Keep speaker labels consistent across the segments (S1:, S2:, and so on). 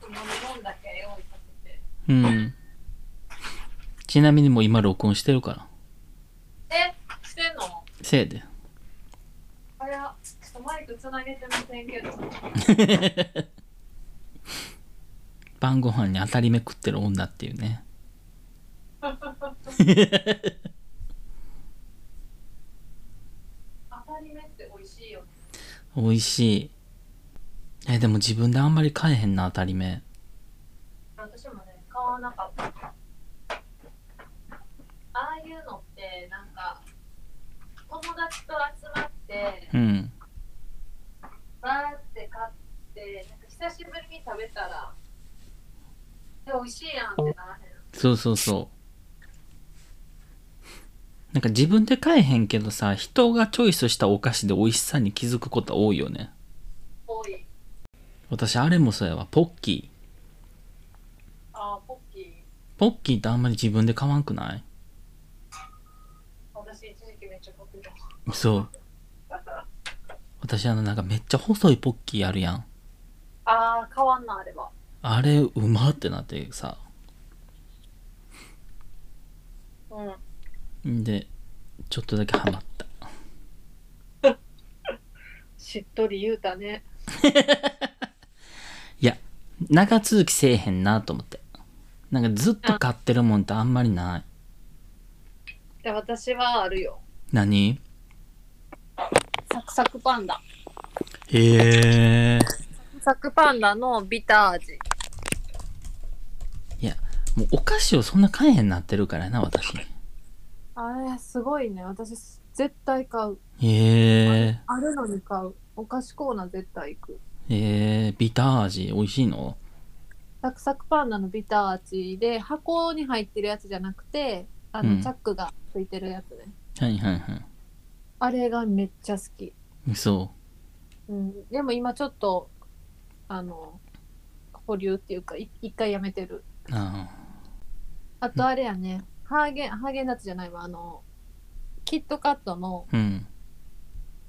S1: 本だけ用意させて。
S2: うん。ちなみにもう今録音してるから。
S1: え、してんの
S2: せいで。
S1: あれは、ちょっとマイクつなげてませんけど。
S2: 晩ご飯に当たり目食ってる女っていうね。
S1: 当たり目って美味しいよね。
S2: 美味しい。え、でも自分であんまり買えへんな、当たり目。
S1: 私もね、買わなかった。ああいうのって、なんか、友達と集まって、
S2: うん。
S1: バーって買って、なんか久しぶりに食べたら、え、美味しいやんってならへん。
S2: そうそうそう。なんか自分で買えへんけどさ、人がチョイスしたお菓子で美味しさに気づくこと多いよね。
S1: 多い。
S2: 私、あれもそうやわ。ポッキー。
S1: ああ、ポッキー。
S2: ポッキーってあんまり自分で買わんくない
S1: 私、一時期めっちゃ買ってた。
S2: そう。私、あの、なんかめっちゃ細いポッキーあるやん。
S1: ああ、変わんな、あれば。
S2: あれ、うまってなってさ。
S1: うん。
S2: んで、ちょっとだけハマった。
S1: しっとり言うたね。
S2: いや、長続きせえへんなと思って。なんかずっと買ってるもんってあんまりない。
S1: いや、私はあるよ。
S2: 何
S1: サクサクパンダ。
S2: へえ。
S1: サクパンダのビター味。
S2: いや、もうお菓子をそんな買えへんなってるからな、私。へ
S1: あれ、すごいね。私、絶対買う。
S2: え。
S1: あるのに買う。お菓子コーナー絶対行く。
S2: へえ、ビター味、美味しいの
S1: サクサクパンダのビター味で、箱に入ってるやつじゃなくて、あ
S2: うん
S1: の、チャックがついてるやつね。
S2: はいはいはい。
S1: あれがめっちゃ好き。
S2: 嘘。
S1: うん。でも今ちょっと、あの、保留っていうか、い一回やめてる。
S2: あ
S1: あとあれやね、ハーゲン、ハーゲンダッツじゃないわ、あの、キットカットの
S2: あ。うん。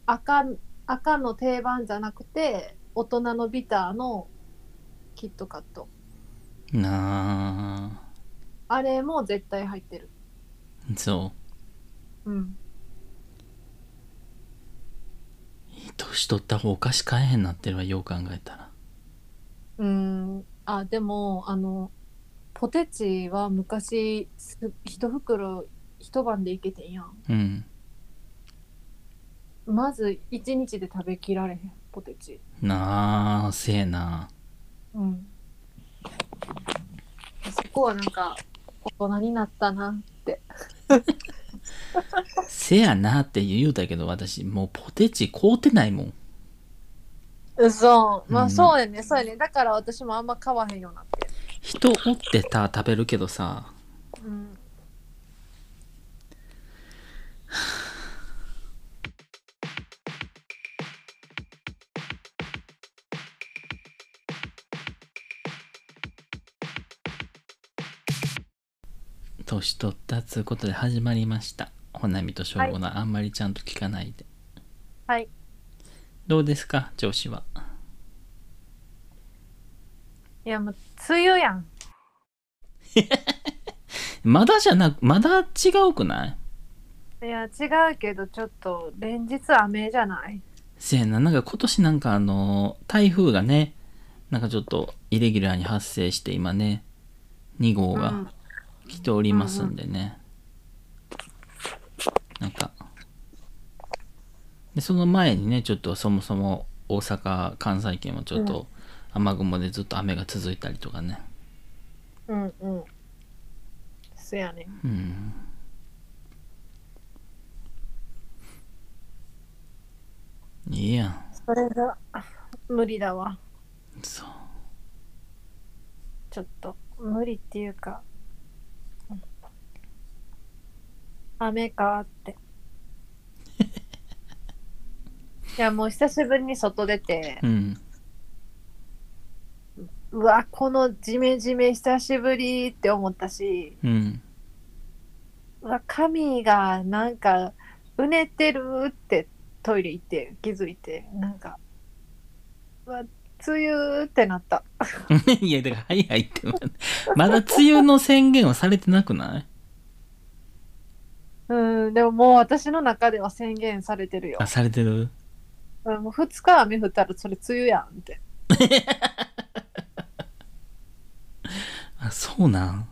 S1: 赤、赤の定番じゃなくて、大人のビターのキットカット。
S2: な
S1: あれも絶対入ってる。
S2: あ。そ
S1: うん。
S2: う。いい年取った方お菓子買えへんなってるわ、よう考えたら。
S1: うーん。あ、でも、あの、ポテチは昔、す一袋一晩でいけてんやん。
S2: うん。
S1: まず一日で食べきられへん、ポテチ。
S2: なあ、せえな。
S1: うん。そこはなんか、大人になったなって。
S2: せやなって言うたけど、私、もうポテチ買うてないもん。
S1: そう、ま
S2: うん
S1: あそうやね、そうやね。だから私もあんま買わへんようになって。
S2: 人おってた食べるけどさ、
S1: うん。
S2: 年取ったっつうことで始まりました。ほなみとしょうごな、あんまりちゃんと聞かないで。
S1: はい。
S2: どうですか、調子は。
S1: いやもう、梅雨やん。
S2: まだじゃなく、まだ違うくない
S1: いや、違うけど、ちょっと、連日雨じゃない
S2: せやな、なんか今年なんかあの、台風がね、なんかちょっとイレギュラーに発生して今ね、2
S1: う
S2: 号が
S1: ん
S2: 来ておりますんでね。なんか、でその前にね、ちょっとそもそも大阪、関西圏はちょっと雨雲でずっと雨が続いたりとかね。
S1: うんうん。そやね。
S2: うん。いいやん。
S1: それが、無理だわ。
S2: そう。
S1: ちょっと、無理っていうか。雨か って。いや、もう久しぶりに外出て、
S2: うん。
S1: うわこのジメジメ久しぶりって思ったし
S2: うん。
S1: うわ髪がなんかうねってるってトイレ行って気づいてなんかうわ梅雨ってなった。
S2: いや、だから、はいはいって。まだ梅雨の宣言はされてなくない
S1: うん、でももう私の中では宣言されてるよ
S2: あ、。されてる
S1: うんもう2日雨降ったらそれ梅雨やんって。
S2: あ、そうなん。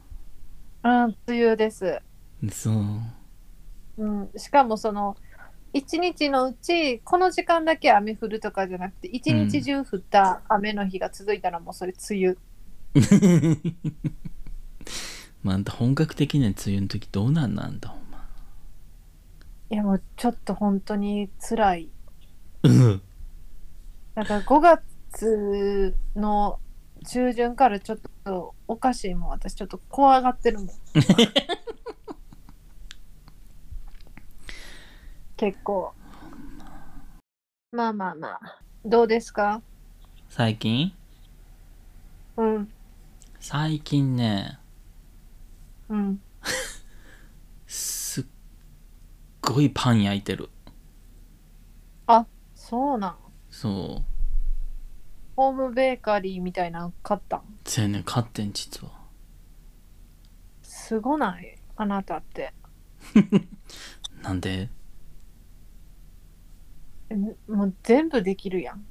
S1: うん、梅雨です。
S2: そう。
S1: うん、しかもその一日のうちこの時間だけ雨降るとかじゃなくて一日中降った雨の日が続いたらもうそれ梅雨、
S2: まあ、あんた本格的な梅雨の時どうなんなんだ、ほんま。
S1: いやもうちょっと本当に辛い
S2: うん。
S1: だから5月の中旬からちょっとおかしいもん私ちょっと怖がってるもん結構まあまあまあどうですか
S2: 最近
S1: うん
S2: 最近ね、
S1: うん
S2: すっごいパン焼いてる。
S1: そうなん
S2: そう。
S1: ホームベーカリーみたいなの買ったん
S2: 全然買ってん、実は。
S1: すごないあなたって
S2: なんで
S1: えもう全部できるやん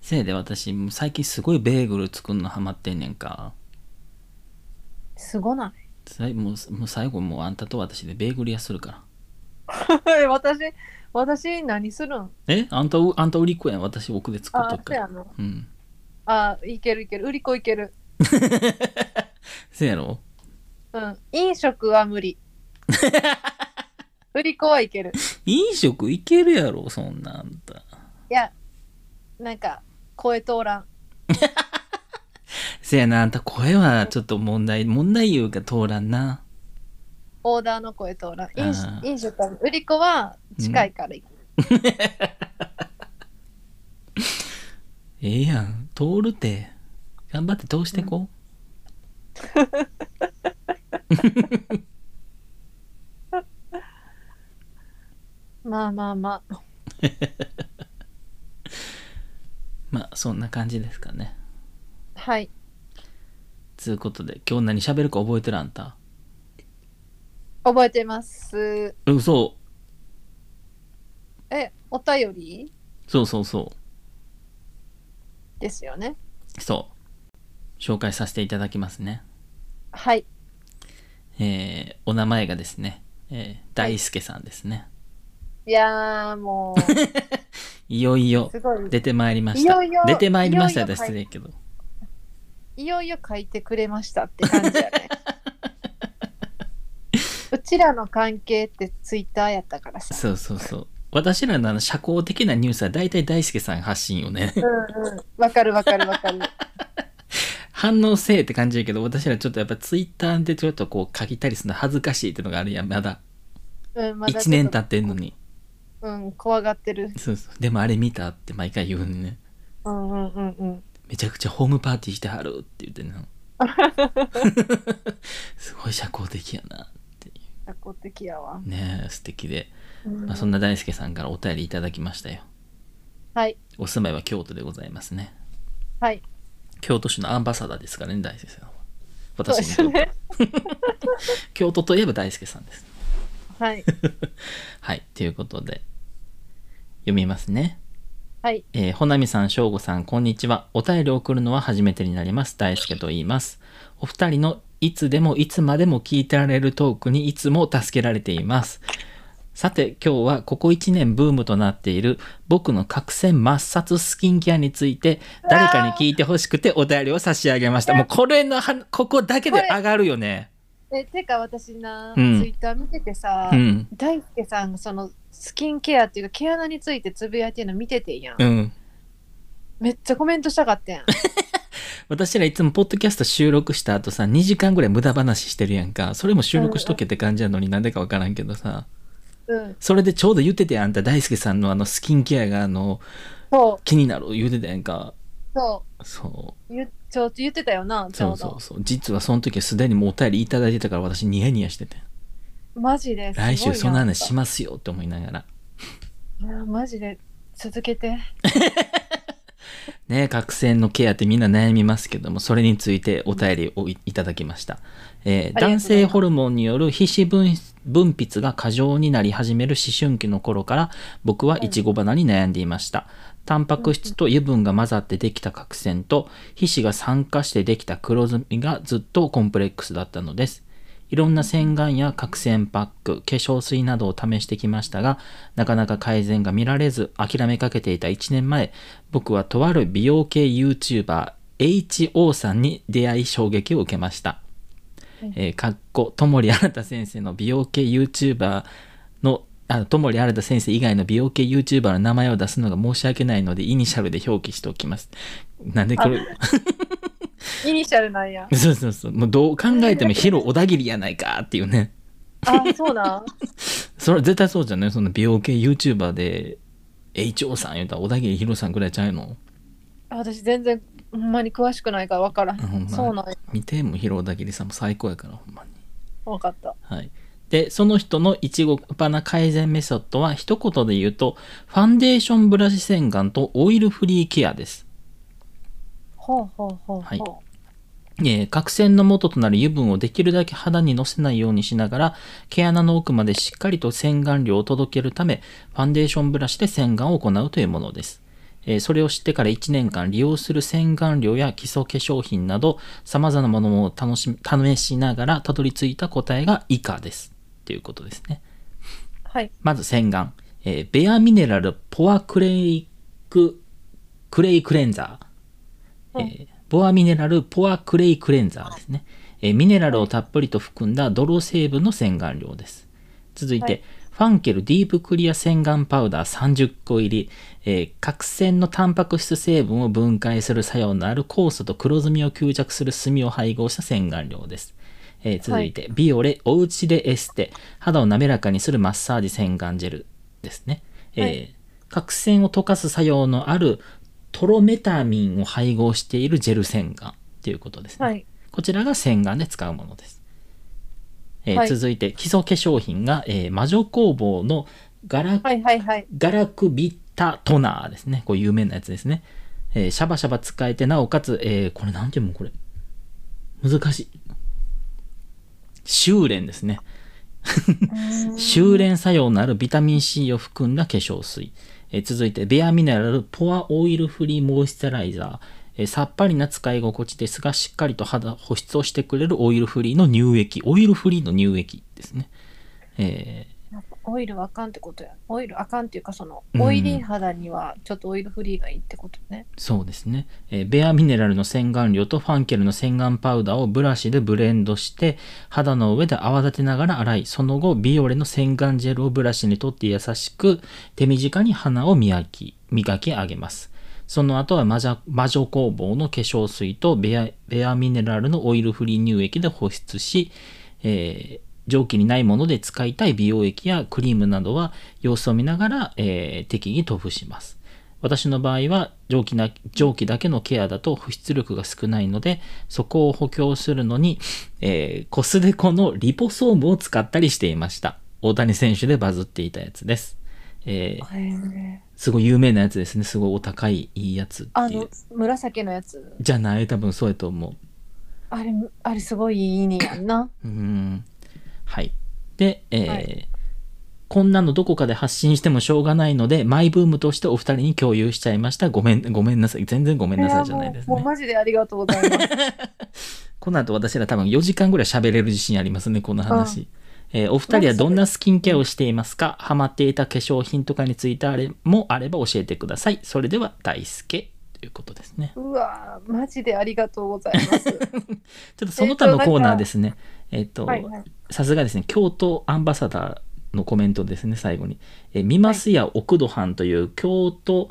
S2: せいで私、もう最近すごいベーグル作るのハマってんねんか。
S1: すごない
S2: さいもうもう最後もうあんたと私でベーグル屋するから。
S1: 私私何するん
S2: えあんたう、あんた売り子やん。私奥で作っ
S1: あ
S2: とく
S1: そ
S2: か
S1: や
S2: ら。
S1: の
S2: うん。
S1: あいけるいける売り子いける
S2: せやろ
S1: うん飲食は無 理売り子はいける
S2: 飲食いけるやろ、そんなあんた。
S1: いやなんか声通らん
S2: せやな、あんた声はちょっと問題、問題言うか通らんな。
S1: オーダーの声通らん飲
S2: あ
S1: 食
S2: ー
S1: 飲食は売り子は近いからいける、
S2: ええやん。通るて。頑張って通してこう。
S1: まあまあまあ
S2: まあ、そんな感じですかね。
S1: はい
S2: つうことで、今日何喋るか覚えてるあんた。
S1: 覚えてます
S2: え嘘。
S1: えお便り
S2: そうそうそ
S1: ですよね
S2: う。そう。紹介させていただきますね。
S1: はい
S2: えー、お名前がですね、えー、大輔さんですね。
S1: いやーもう
S2: いよいよ
S1: すご い
S2: 出てまいりました。
S1: いよいよ
S2: 出てまいりました
S1: いよいよ
S2: だ失礼やけど。
S1: いよいよ書いてくれましたって感じや ねうちらの関係ってツイッターやったからさ
S2: そうそうそう。私らのあの社交的なニュースは大体大輔さん発信よね。
S1: うんうんわかるわかるわかる
S2: 反応せえって感じやけど、私らちょっとやっぱツイッターでちょっとこう書きたりするの恥ずかしいってのがあるやん、まだ。
S1: うんまだちょっと
S2: 1年経ってんのに。
S1: うん怖がってる
S2: そうそう。でもあれ見たって毎回言うね。
S1: うんうんうんうん
S2: めちゃくちゃホームパーティーしてはるって言って なすごい社交的やな
S1: 社交的やわ、
S2: ねえ素敵で、
S1: うん
S2: まあ、そんな大輔さんからお便りいただきましたよ
S1: はい
S2: お住まいは京都でございますね
S1: はい
S2: 京都市のアンバサダーですからね大輔さんは
S1: そうで
S2: 私
S1: す
S2: の
S1: ね
S2: 京都といえば大輔さんです
S1: はい
S2: はいということで読みますね
S1: はい
S2: えー、ほなみさん、しょうごさん、こんにちは。お便りを送るのは初めてになります。大輔と言います。お二人のいつでもいつまでも聞いてられるトークにいつも助けられています。さて、今日はここ1年ブームとなっている僕の角栓抹殺スキンケアについて誰かに聞いてほしくてお便りを差し上げました。もうこれのは、ここだけで上がるよね。
S1: えてか私な、
S2: うん
S1: ツイッター見ててさ、
S2: うん。
S1: 大輔さんがそのスキンケアっていうか毛穴についてつぶやいてるの見ててんやん、
S2: うん。
S1: めっちゃコメントしたかったやん
S2: 私らいつもポッドキャスト収録した後さ2時間ぐらい無駄話してるやんかそれも収録しとけって感じやのになんでかわからんけどさ
S1: うん
S2: それでちょうど言っててやんあんた大輔さんのあのスキンケアがあの
S1: そう
S2: 気になる言うてたやんか
S1: そ
S2: そう
S1: 言っちょ言ってたよな
S2: う
S1: ちょ
S2: そうう
S1: ど
S2: そうそう実はその時はすでにもうお便りいただいてたから私ニヤニヤしてて
S1: マジですごいな
S2: 来週その話しますよって思いながら
S1: いやマジで続けて
S2: ね、角栓のケアってみんな悩みますけども、それについてお便りをいいただきました。えー
S1: ありがとうございま
S2: 男
S1: す
S2: 性ホルモンによる皮脂分分泌が過剰になり始める思春期の頃から、僕はいちご花に悩んでいました。タンパク質と油分が混ざってできた角栓と、皮脂が酸化してできた黒ずみがずっとコンプレックスだったのです。いろんな洗顔や角栓パック、化粧水などを試してきましたが、なかなか改善が見られず、諦めかけていた1年前、僕はとある美容系 YouTuber、HO さんに出会い衝撃を受けました。えー、かっこ、ともり新た先生の美容系 YouTuber の、あ、ともり新た先生以外の美容系 YouTuber の名前を出すのが申し訳ないので、イニシャルで表記しておきます。なんでこれ、。
S1: イニシャルなんや
S2: そうそうそう、もうどう考えてもヒロ小田切やないかっていうね。
S1: あ、そうなん。
S2: それは絶対そうじゃないその美容系 YouTuber で HO さん言うたら小田切ヒロさんぐらいちゃうの
S1: あ私全然ほんまに詳しくないから分から
S2: あほん
S1: ん。
S2: ま
S1: そうなんや。
S2: 見てもヒロ小田切さんも最高やからほんまに
S1: 分かった。
S2: はいでその人のいちご花改善メソッドは一言で言うとファンデーションブラシ洗顔とオイルフリーケアです
S1: ほうほうほうほう。
S2: はいえー角栓の元となる油分をできるだけ肌にのせないようにしながら毛穴の奥までしっかりと洗顔料を届けるためファンデーションブラシで洗顔を行うというものです、えーそれを知ってから1年間利用する洗顔料や基礎化粧品など様々なものを楽しみ試しながらたどり着いた答えが以下ですということですね
S1: はい。
S2: まず洗顔、えーベアミネラルポアクレイククレイクレンザー
S1: うん
S2: えーボアミネラルポアクレイクレンザーですね、えーミネラルをたっぷりと含んだ泥成分の洗顔料です続いて、
S1: はい
S2: ファンケルディープクリア洗顔パウダー30個入り、えー角栓のタンパク質成分を分解する作用のある酵素と黒ずみを吸着する炭を配合した洗顔料です、えー続いて、ビオレおうちでエステ肌を滑らかにするマッサージ洗顔ジェルですね、えー
S1: はい
S2: 角栓を溶かす作用のあるトロメタミンを配合しているジェル洗顔ということですね、
S1: はい。
S2: こちらが洗顔で使うものです、えー
S1: はい
S2: 続いて基礎化粧品が、えー魔女工房のガラ
S1: はいはいはい。
S2: ガラクビタトナーですね。これ有名なやつですね。えーシャバシャバ使えて、なおかつ、えーこれなんていうのこれ。難しい。修練ですね。修練作用のあるビタミン C を含んだ化粧水。えー続いて、ベアミネラルポアオイルフリーモイスチャライザー。えーさっぱりな使い心地ですが、しっかりと肌、保湿をしてくれるオイルフリーの乳液。オイルフリーの乳液ですね。えー
S1: やっぱオイルはあかんってことや。オイルあかんっていうか、その
S2: うん
S1: オイリー肌にはちょっとオイルフリーがいいってことね。
S2: そうですね、えーベアミネラルの洗顔料とファンケルの洗顔パウダーをブラシでブレンドして肌の上で泡立てながら洗いその後ビオレの洗顔ジェルをブラシに取って優しく手短に鼻を磨き磨き上げますその後は魔女魔女工房の化粧水とベアベアミネラルのオイルフリー乳液で保湿し、えー蒸気にないもので使いたい美容液やクリームなどは様子を見ながら、えー適宜塗布します私の場合は蒸気な蒸気だけのケアだと保湿力が少ないのでそこを補強するのに、えーコスデコのリポソームを使ったりしていました大谷選手でバズっていたやつです、えー
S1: へえ
S2: すごい有名なやつですねすごいお高いいいやつっ
S1: あ
S2: ていう
S1: の、紫のやつ。
S2: じゃない多分そうやと思う
S1: あれ、あれすごいいい意味やんな。
S2: うーんはい。で、えー
S1: はい
S2: こんなのどこかで発信してもしょうがないので、マイブームとしてお二人に共有しちゃいました。ごめん、ごめんなさい。全然ごめんなさいじゃないで
S1: や
S2: す
S1: もうもう
S2: ね。
S1: マジでありがとうございます。
S2: この後私ら多分4時間ぐらい喋れる自信ありますね、この話。えーお二人はどんなスキンケアをしていますかハマっていた化粧品とかについてあれもあれば教えてください。それでは、大輔ということですね。
S1: うわーマジでありがとうござい ます。
S2: ちょっとその他のコーナーですね。えっ、と、
S1: はいはい。
S2: さすがですね、京都アンバサダーのコメントですね、最後に。えー、見ますや奥戸藩という京都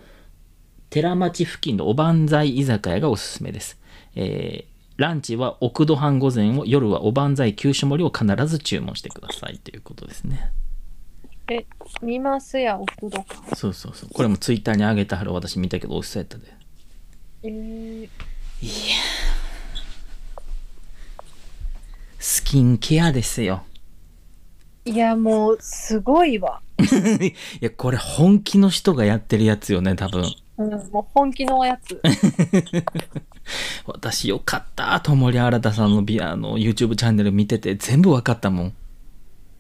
S2: 寺町付近のおばんざい居酒屋がおすすめです。えーランチは奥戸藩御膳を、夜はおばんざい九種盛りを必ず注文してくださいということですね。
S1: え、見ますや、お風呂か。
S2: そうそうそう。これもツイッターに上げたはる私見たけど、おっしゃったで。
S1: えー、
S2: スキンケアですよ。
S1: いや、もう、すごいわ。
S2: いや、これ本気の人がやってるやつよね、多分。
S1: うん、もう本気のおや つ。
S2: 私よかったと森新太さんのビあの YouTube チャンネル見てて全部わかったもん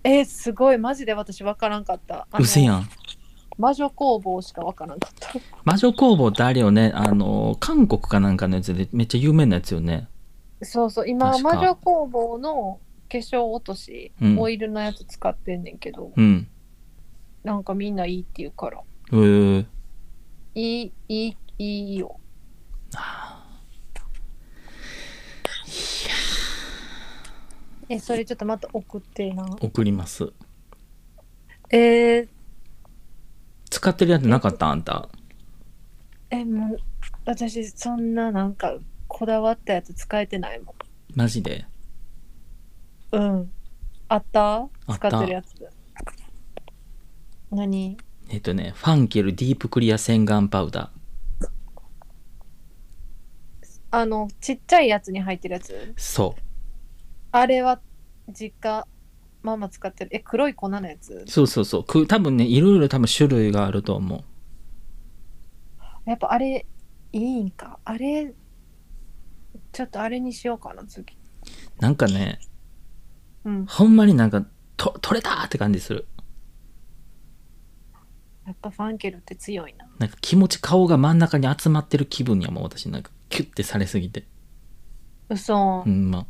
S1: えー、すごい、マジで私分からんかった。あの
S2: うせやん
S1: 魔女工房しか分からんかった。
S2: 魔女工房ってあれよねあの韓国かなんかのやつでめっちゃ有名なやつよね
S1: そうそう、今、
S2: 確か
S1: 魔女工房の化粧落とし、
S2: うん
S1: オイルのやつ使ってんねんけど、
S2: うん
S1: なんかみんないいって言うから、
S2: へー
S1: いい、いい、いいよ。え、それちょっとまた送ってな。
S2: 送ります
S1: えー、
S2: 使ってるやつなかったあんた
S1: え、もう、私、そんななんか、こだわったやつ使えてないもん。
S2: マジで
S1: うん。あった
S2: あった
S1: 使ってるやつ。何
S2: えっとねファンケルディープクリア洗顔パウダー
S1: あの、ちっちゃいやつに入ってるやつ
S2: そ
S1: あれは、実家、ママ使ってる。え、黒い粉のやつ
S2: うそうそうそうく多分ねいろいろ多分種類があると思う
S1: やっぱあれ、いいんか。あれ、ちょっとあれにしようかな、次。
S2: なんかね
S1: うん。
S2: ほんまになんかと取れたって感じする
S1: やっぱファンケルって強いな。
S2: なんか気持ち顔が真ん中に集まってる気分やもん私なんかキュッてされすぎて
S1: 嘘
S2: う。んまあ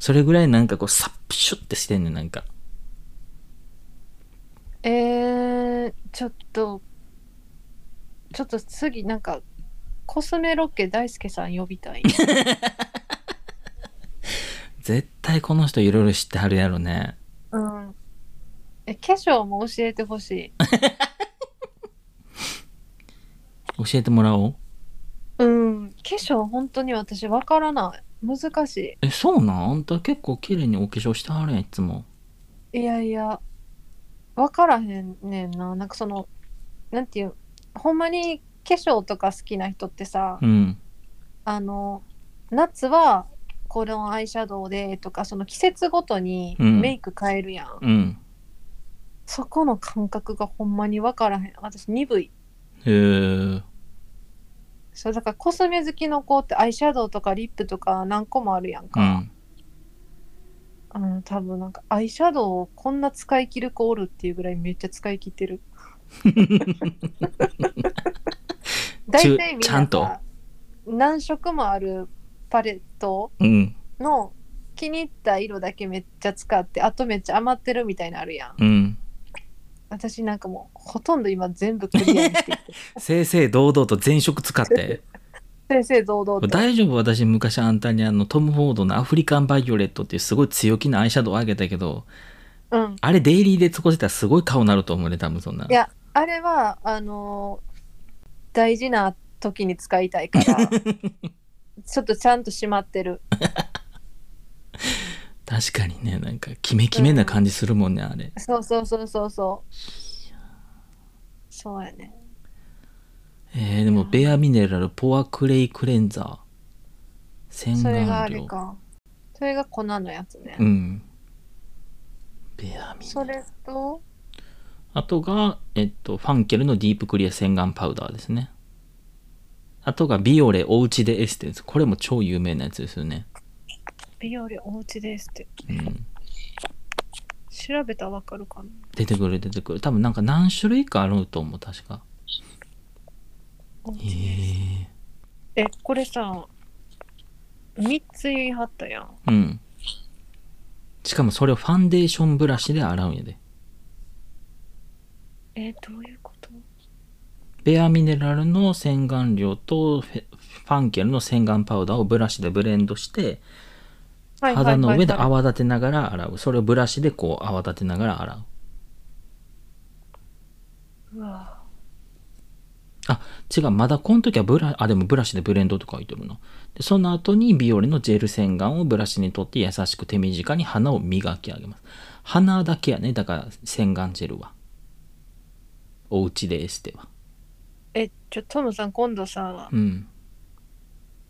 S2: それぐらいなんかこうサップシュッてしてんねんなんか
S1: えー、ちょっと、ちょっと次、なんか、コスメロケ大輔さん呼びた い。
S2: 絶対この人いろいろ知ってはるやろね
S1: うん。え、化粧も教えてほしい。
S2: 教えてもらおう
S1: うん。化粧本当に私わからない。難し
S2: えそうなんあんた結構綺麗にお化粧してはるやんいつも
S1: い。いやいや、わからへんねんな。なんかその、なんていう、ほんまに化粧とか好きな人ってさ、
S2: うん
S1: あの、夏はこのアイシャドウでとか、その季節ごとに
S2: うん
S1: メイク変えるやん。
S2: うん
S1: そこの感覚がほんまにわからへん。私鈍い。
S2: へえ
S1: そう、だからコスメ好きの子ってアイシャドウとかリップとか何個もあるやん
S2: う
S1: か。
S2: ん
S1: あの多分なんかアイシャドウをこんな使い切る子おるっていうぐらいめっちゃ使い切ってる。大体みんな
S2: ちゃんと
S1: さ何色もあるパレット
S2: うん
S1: の気に入った色だけめっちゃ使ってあとめっちゃ余ってるみたいなのあるやん。
S2: うん
S1: 私なんかもうほとんど今全部クリアにしていって
S2: 正々堂々と全色使って
S1: 正々堂々と。
S2: 大丈夫私昔あんたにあのトム・フォードのアフリカン・バイオレットっていうすごい強気なアイシャドウをあげたけど
S1: うん、
S2: あれデイリーで使ってたらすごい顔になると思うね多分そんない
S1: やあれはあのー大事な時に使いたいからちょっとちゃんとしまってる。
S2: 確かにねなんかキメキメな感じするもんね、あれ
S1: そうそうそうそうそう。そうやね。
S2: えー、でもベアミネラルポアクレイクレンザー洗顔料
S1: それがあれか。それが粉のやつね。
S2: うんベアミネ
S1: それと、
S2: あとが、えっと、ファンケルのディープクリア洗顔パウダーですねあとがビオレおうちでエステですこれも超有名なやつですよね
S1: 美容料おうちですって。
S2: うん
S1: 調べたらわかるかな。
S2: 出てくる出てくる多分なんか何種類かあると思う確か
S1: おう
S2: へ
S1: ちです
S2: え
S1: え、これさ、3つ言い張ったやん。
S2: うんしかもそれをファンデーションブラシで洗うんやで
S1: え、どういうこと
S2: ベアミネラルの洗顔料とフェファンケルの洗顔パウダーをブラシでブレンドして肌の上で
S1: はいはいはい
S2: 泡立てながら洗うそれをブラシでこう泡立てながら洗う
S1: うわ
S2: あ違うまだこの時はブラあでもブラシでブレンドとか書いてるなでその後にビオレのジェル洗顔をブラシに取って優しく手短に鼻を磨き上げます鼻だけやねだから洗顔ジェルはおうちでエステは
S1: え、ちょ、トムさん、今度さ、
S2: うん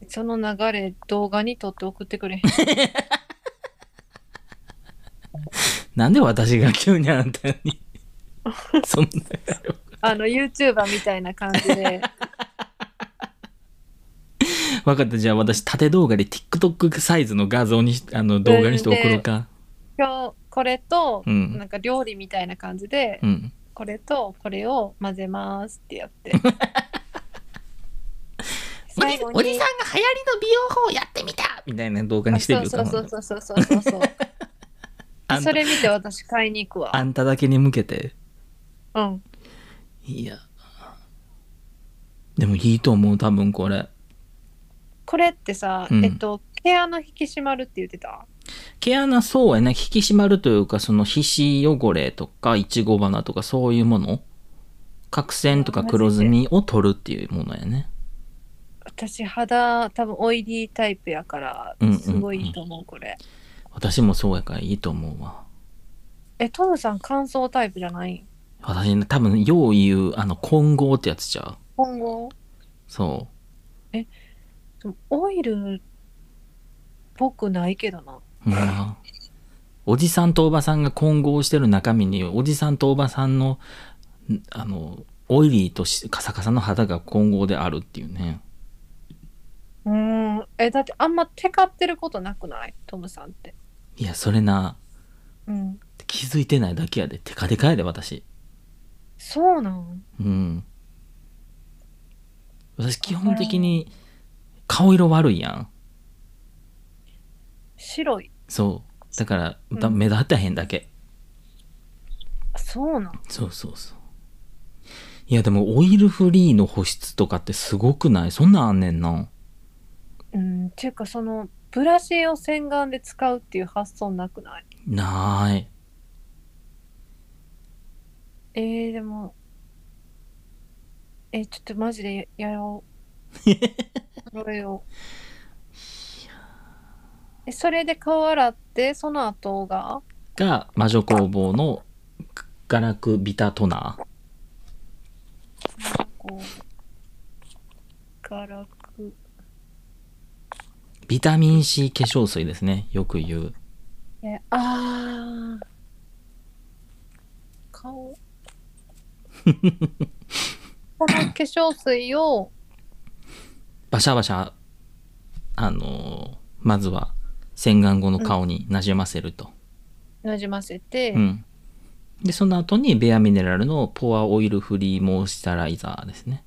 S1: その流れ、動画に撮って送ってく れへん。
S2: なんで私が急にあんたにそんな
S1: あの YouTuber みたいな感じで
S2: 分かったじゃあ私縦動画で TikTok サイズの画像にしあの動画にして送ろうか
S1: 今日これと、
S2: うん
S1: なんか料理みたいな感じで、
S2: うん
S1: これとこれを混ぜますってやって
S2: おじおじさんが流行りの美容法をやってみたみたいな動画にしてみようか
S1: そう
S2: な
S1: そうそうそうそうそうそう
S2: あん
S1: そ
S2: た
S1: れ見て私買いに行くわ
S2: あんただけに向けて
S1: うん
S2: いやでもいいと思う多分これ
S1: これってさ、
S2: うん
S1: えっと毛穴引き締まるって言ってた
S2: 毛穴そうやね引き締まるというかその皮脂汚れとかいちご花とかそういうもの角栓とか黒ずみを取るっていうものやね
S1: 私肌多分オイリータイプやから
S2: うんうんうん
S1: すごいいいと思うこれ、
S2: 私もそうやからいいと思うわ
S1: えトムさん乾燥タイプじゃない
S2: 私ね多分よう言うあの混合ってやつちゃう
S1: 今後
S2: そ
S1: でもオイルっぽくないけどな
S2: うほんまおじさんとおばさんが混合してる中身におじさんとおばさんのんあのオイリーとしカサカサの肌が混合であるっていうね
S1: うーんえだってあんまテカってることなくないトムさんって
S2: いやそれな
S1: うん
S2: 気づいてないだけやでテカテカやで私
S1: そうなん
S2: うん。私、基本的に顔色悪いやん。
S1: 白い
S2: そう。だから、だ
S1: うん
S2: 目立たへんだけ。
S1: あそうなん
S2: そうそうそう。いや、でも、オイルフリーの保湿とかってすごくないそんなんあんねんな。
S1: うんっていうかそのブラシを洗顔で使うっていう発想なくない
S2: なーい。
S1: えー、でもえーちょっとマジでややろ うやろうよえそれで顔洗ってその後が
S2: が、魔女工房のガラクビタトナー。
S1: こうガラク
S2: ビタミン C 化粧水ですね。よく言う。
S1: えあー 顔この化粧水を
S2: バシャバシャ、あのーまずは洗顔後の顔になじませると。
S1: なじませて、
S2: うん、でその後にベアミネラルのポアオイルフリーモイスチャライザーですね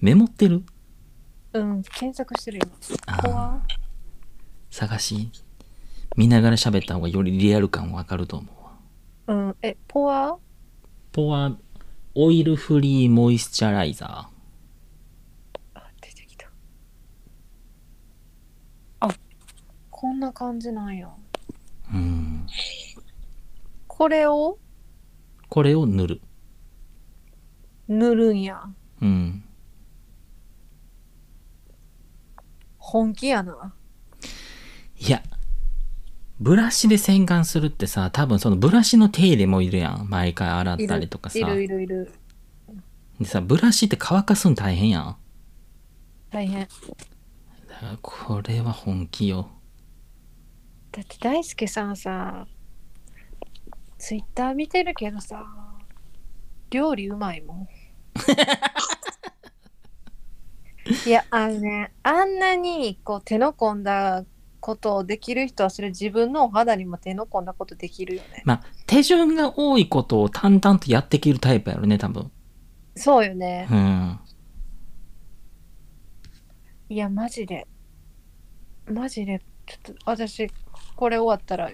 S2: メモってる
S1: うん検索してる今
S2: あ
S1: ここ
S2: ー
S1: は
S2: 探し見ながら喋った方がよりリアル感わかると思うわ
S1: うんえポア
S2: ポアオイルフリーモイスチャライザ
S1: あ出てきたあこんな感じなんや
S2: ーうん
S1: これを
S2: これを塗る
S1: 塗るんや
S2: うん
S1: 本気やない
S2: やブラシで洗顔するってさ多分そのブラシの手入れもいるやん毎回洗っ
S1: い
S2: た
S1: る
S2: りとかさ
S1: いるいるいる
S2: でさブラシって乾かすの大変やん
S1: 大変
S2: だからこれは本気よ
S1: だって大輔さんさツイッター見てるけどさ料理うまいも んいやあのねあんなにこう手の込んだことをできる人はそれ自分のお肌にも手の込んだことできるよね
S2: まあ、手順が多いことを淡々とやってきるタイプやろね、多分。
S1: そうよね
S2: うん。
S1: いやマジでマジでちょっと私これ終わったら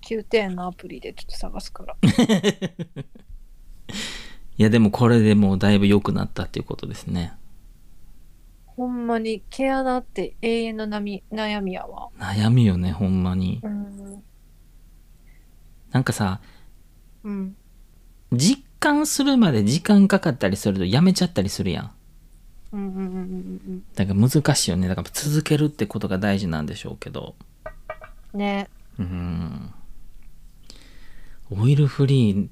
S1: Q 点のアプリでちょっと探すから
S2: いや、でもこれでもうだいぶ良くなったっていうことですね。
S1: ほんまに毛穴って永遠のなみ悩みやわ
S2: 悩みよね、ほんまに。
S1: うん
S2: なんかさ、
S1: うん
S2: 実感するまで時間かかったりするとやめちゃったりするやん。
S1: うんうんうんうん
S2: だから難しいよね。だから続けるってことが大事なんでしょうけど。
S1: うんね
S2: うん。オイルフリー、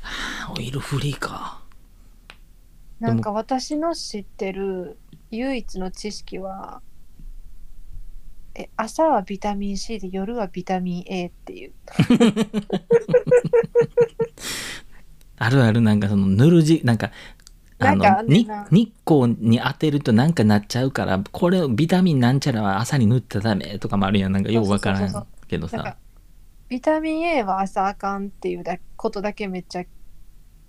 S2: はあオイルフリーか。
S1: なんか私の知ってる唯一の知識はえ朝はビタミン C で夜はビタミン A っていう
S2: あるあるなんかそのぬるじなんかあの
S1: なんかあ
S2: に
S1: んねんな
S2: 日光に当てるとなんかなっちゃうからこれビタミンなんちゃらは朝に塗ったらダメとかもあるやんなんかようわから
S1: そうそうん
S2: けど
S1: なんか
S2: さ
S1: ビタミン A は朝あかんっていうだことだけめっちゃ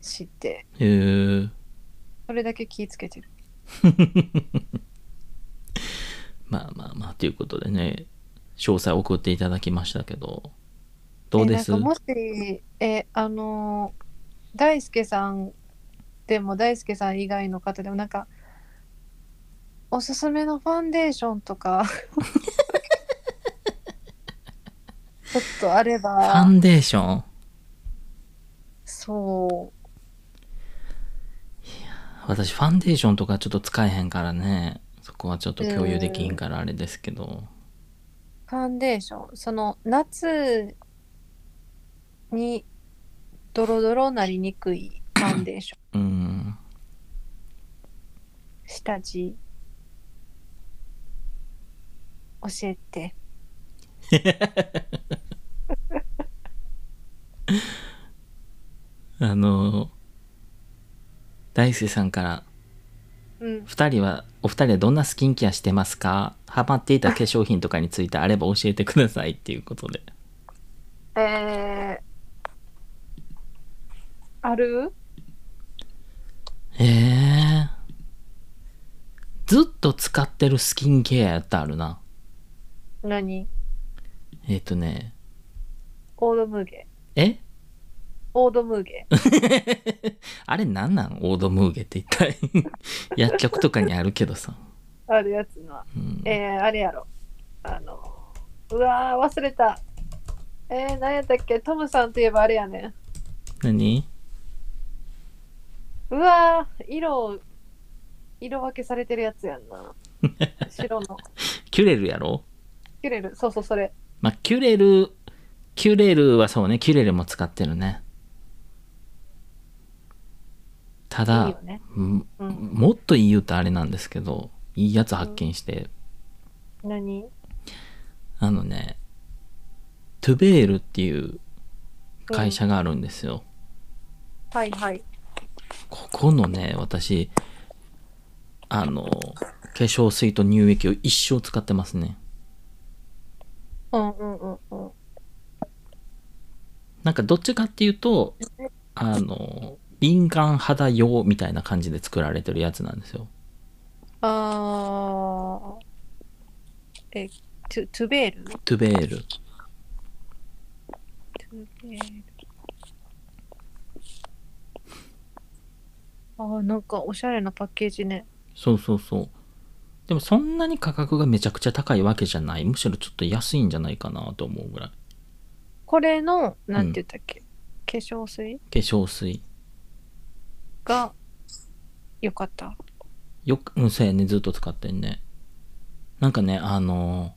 S1: 知って
S2: へえ
S1: それだけ気ぃつけてる
S2: まあまあまあということでね詳細送っていただきましたけどどうで
S1: え
S2: す
S1: なんかもしえあのー大輔さんでも大輔さん以外の方でもなんかおすすめのファンデーションとかちょっとあれ
S2: ファ
S1: ば
S2: ンデーション
S1: そう
S2: 私ファンデーションとかちょっと使えへんからねそこはちょっと共有できひんからあれですけど、
S1: ファンデーションその夏にドロドロなりにくいファンデーション
S2: うん
S1: 下地教えて
S2: あの大輔さんから
S1: うん
S2: 「二人はお二人はどんなスキンケアしてますかハマっていた化粧品とかについてあれば教えてください」っていうことで
S1: えー、ある
S2: えー、ずっと使ってるスキンケアやったあるな
S1: 何
S2: えっ、とね
S1: オードムーゲ
S2: え
S1: オードムーゲ
S2: あれなんなんオードムーゲって一体 薬局とかにあるけどさ、
S1: あるやつのは
S2: うん
S1: えー、あれやろあのうわー忘れたえー、何やったっけトムさんといえばあれやね
S2: 何
S1: んうわー色色分けされてるやつやん な白の
S2: キュレルやろ
S1: キュレルそうそうそれ
S2: まあ、キュレル、キュレルはそうね、キュレルも使ってるね。た
S1: いい
S2: だ、
S1: よね
S2: ん
S1: うん
S2: もっといい言うとあれなんですけど、いいやつ発見して、
S1: 何
S2: あのね、トゥベールっていう会、社があるんですよ。
S1: うんはいはい
S2: ここのね、私、あの、化粧水と乳液を一生使ってますね。
S1: うんうんうんうん
S2: なんかどっちかっていうと、あの、敏感肌用みたいな感じで作られてるやつなんですよ。
S1: あーえトゥトゥベール
S2: トゥベール。
S1: あーなんかおしゃれなパッケージね。
S2: そうそうそう。でもそんなに価格がめちゃくちゃ高いわけじゃない。むしろちょっと安いんじゃないかなと思うぐらい。化
S1: これの、なんて言ったっけ、化粧水
S2: 粧水。
S1: が良かった。
S2: よく、うん、そうやね。ずっと使ってんね。なんかね、あの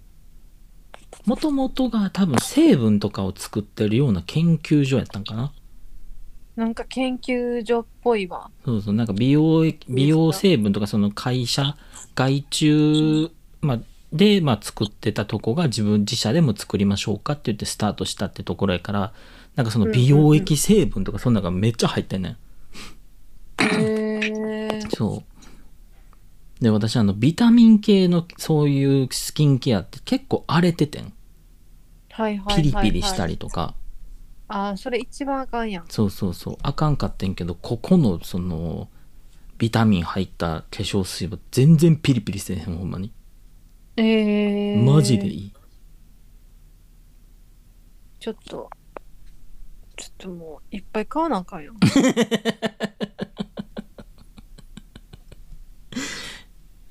S2: ー、もともとが多分成分とかを作ってるような研究所やったんかな。
S1: なんか研究所っぽいわ。
S2: そうそう、なんか美容液、美容成分とかその会社、外注、まあ、で、まあ、作ってたとこが自分自社でも作りましょうかって言ってスタートしたってところやから、なんかその美容液成分とかそんなのがめっちゃ入ってんねん。
S1: へえ。
S2: そう。で、私あの、ビタミン系のそういうスキンケアって結構荒れててん。
S1: はいはいはい、はい。
S2: ピリピリした。りとか。
S1: ああ、それ一番あかんやん。
S2: そうそうそう。あかんかってんけど、ここのその、ビタミン入った化粧水は全然ピリピリしてへん、ほんまに。
S1: ええ。
S2: マジでいい。
S1: ちょっと、ちょっともういっぱい買わなあかんやん。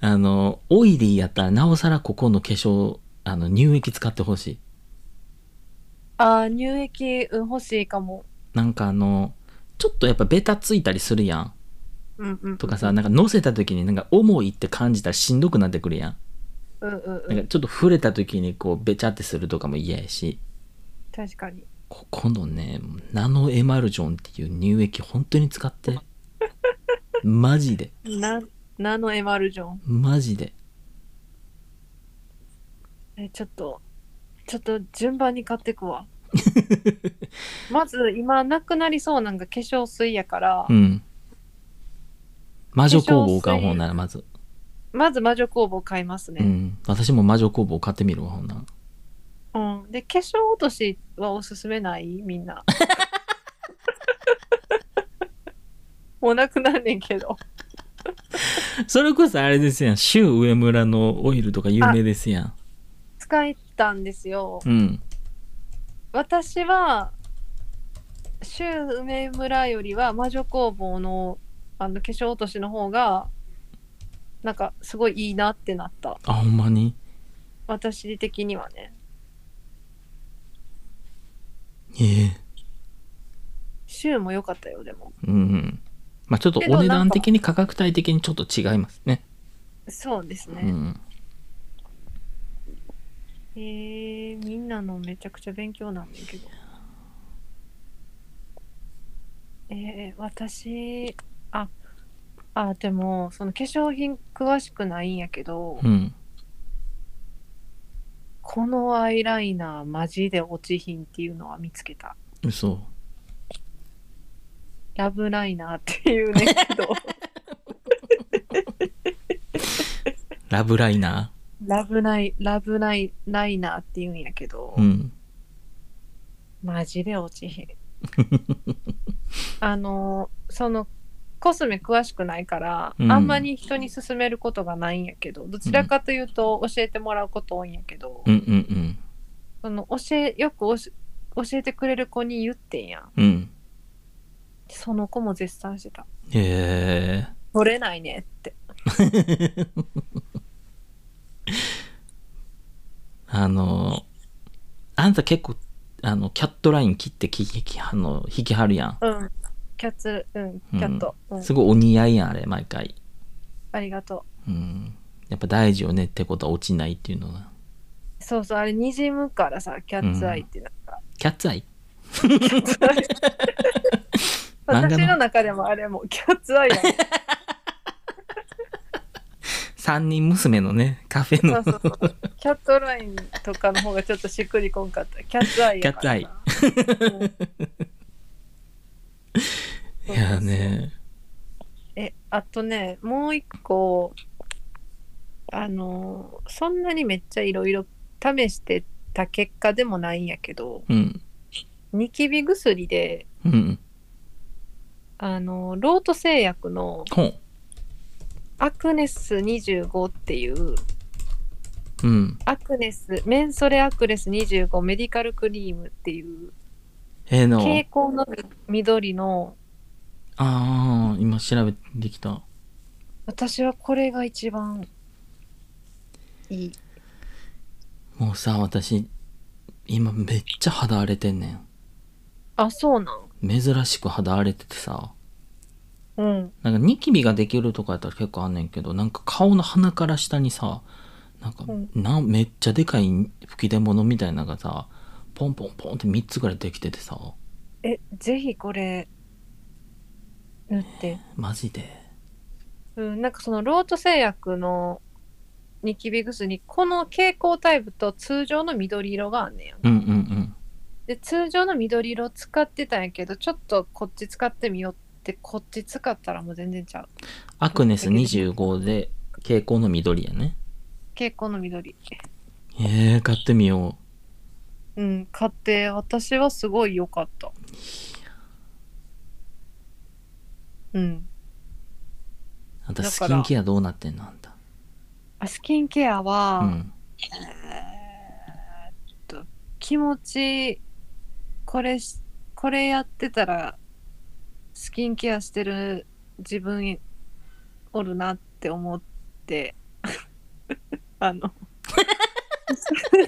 S2: あの、オイリーやったらなおさらここの化粧、あの、乳液使ってほしい。
S1: ああ、乳液、うん、欲しいかも。
S2: なんかあの、ちょっとやっぱベタついたりするやん。
S1: うんうん。
S2: とかさ、なんか乗せた時になんか重いって感じたらしんどくなってくるやん。
S1: うんうんう。
S2: なんんかちょっと触れた時にこうベチャってするとかも嫌やし、
S1: 確かに。
S2: ここのね、ナノエマルジョンっていう乳液本当に使って。マジで。
S1: な、ナノエマルジョン。
S2: マジで。
S1: えちょっとちょっと順番に買ってく わまず今なくなりそうなんが化粧水やから、
S2: うん。魔女工房買う方ならまず。
S1: まず魔女工房買います
S2: う
S1: ね、
S2: ん。私も魔女工房買ってみるわ、ほんなら
S1: うんで化粧落としはおすすめないみん なもうなくなんねんけど
S2: それこそあれですやん。シュウ上村のオイルとか有名ですやん。
S1: 使ったんですよ
S2: うん。
S1: 私は州梅村よりは魔女工房のあの化粧落としの方がなんかすごいいいなってなった
S2: あ、ほんまに
S1: 私的にはね
S2: ええ
S1: 州も良かったよでも
S2: うんうん。まあちょっと
S1: けど
S2: お値
S1: なん
S2: 段
S1: か
S2: 的に価格帯的にちょっと違いますね。
S1: そうです
S2: う
S1: ね、
S2: ん。
S1: えー、みんなのめちゃくちゃ勉強なんだけどえー、私ああでもその化粧品詳しくないんやけど、
S2: うん。
S1: このアイライナーマジで落ちひんっていうのは見つけた。
S2: 嘘。
S1: ラブライナーっていうねんけ ど、
S2: ラブライナ
S1: ラブナイ、ラブナイ、ライナーっていうんやけど
S2: ー。う、ん。
S1: マジで落ちひん。あの、その、コスメ詳しくないから、
S2: うん
S1: あんまり人に勧めることがないんやけど、どちらかというと教えてもらうこと多いんやけど、
S2: うんうん
S1: その教え、よくおし教えてくれる子に言ってんやん。
S2: うん。うん。
S1: その子も絶賛してた。
S2: へ
S1: 取れないねって。
S2: え。あの、あんた結構、あの、キャットライン切ってききあの引き張るや
S1: うん。キャッツ、うん、キャット。うん
S2: ん。すごいお似合いやん、あれ、毎回。
S1: ありがと
S2: うん。やっぱ大事よねってことは落ちないっていうのが。
S1: う。そうそう、あれ、にじむからさ、キャッツアイってなんか。
S2: キャッツアイ漫画の
S1: 私の中でもあれもキャッツアイやね
S2: 三人娘のね、カフェ
S1: そ
S2: の
S1: う。そうそう。キャットラインとかの方がちょっとしっくりこんかった。キャッツアイやから
S2: キャ
S1: な。うん
S2: いや。ね。
S1: え、あとね、もう一個、あのー、そんなにめっちゃいろいろ試してた結果でもないんやけど、
S2: うん。
S1: ニキビ薬で、
S2: うん。
S1: あのー、ロート製薬の
S2: ほう。
S1: アクネス25っていう、
S2: うん。
S1: アクネス、メンソレアクネス25メディカルクリームっていう、
S2: ええの。
S1: 蛍光の緑の、
S2: ああ、今調べてきた。
S1: 私はこれが一番いい。
S2: もうさ、私、今めっちゃ肌荒れてんね
S1: あ、そうなん
S2: ん。珍しく肌荒れててさ。
S1: うん。
S2: なんかニキビができるとかやったら結構あんねんけど、なんか顔の鼻から下にさ、なんか、
S1: うん
S2: なんめっちゃでかい吹き出物みたいなのがさ、ポンポンポンって3つぐらいできててさ、
S1: え、ぜひこれ、塗って。
S2: マジで。
S1: うん、なんかそのロート製薬のニキビ薬に、この蛍光タイプと通常の緑色があんねんやん
S2: うんうんうん。
S1: で通常の緑色使ってたんやけどちょっとこっち使ってみようってこっち使ったらもう全然ちゃう
S2: アクネス25で蛍光の緑やね。
S1: 蛍光の緑
S2: えー、買ってみよ
S1: うん買って私はすごい良かったうん
S2: う。あんた
S1: だ
S2: ス
S1: から
S2: キンケアどうなってんのあんた。
S1: あスキンケアは、
S2: うん。
S1: えーっと気持ちこれしこれやってたらスキンケアしてる自分おるなって思って あ の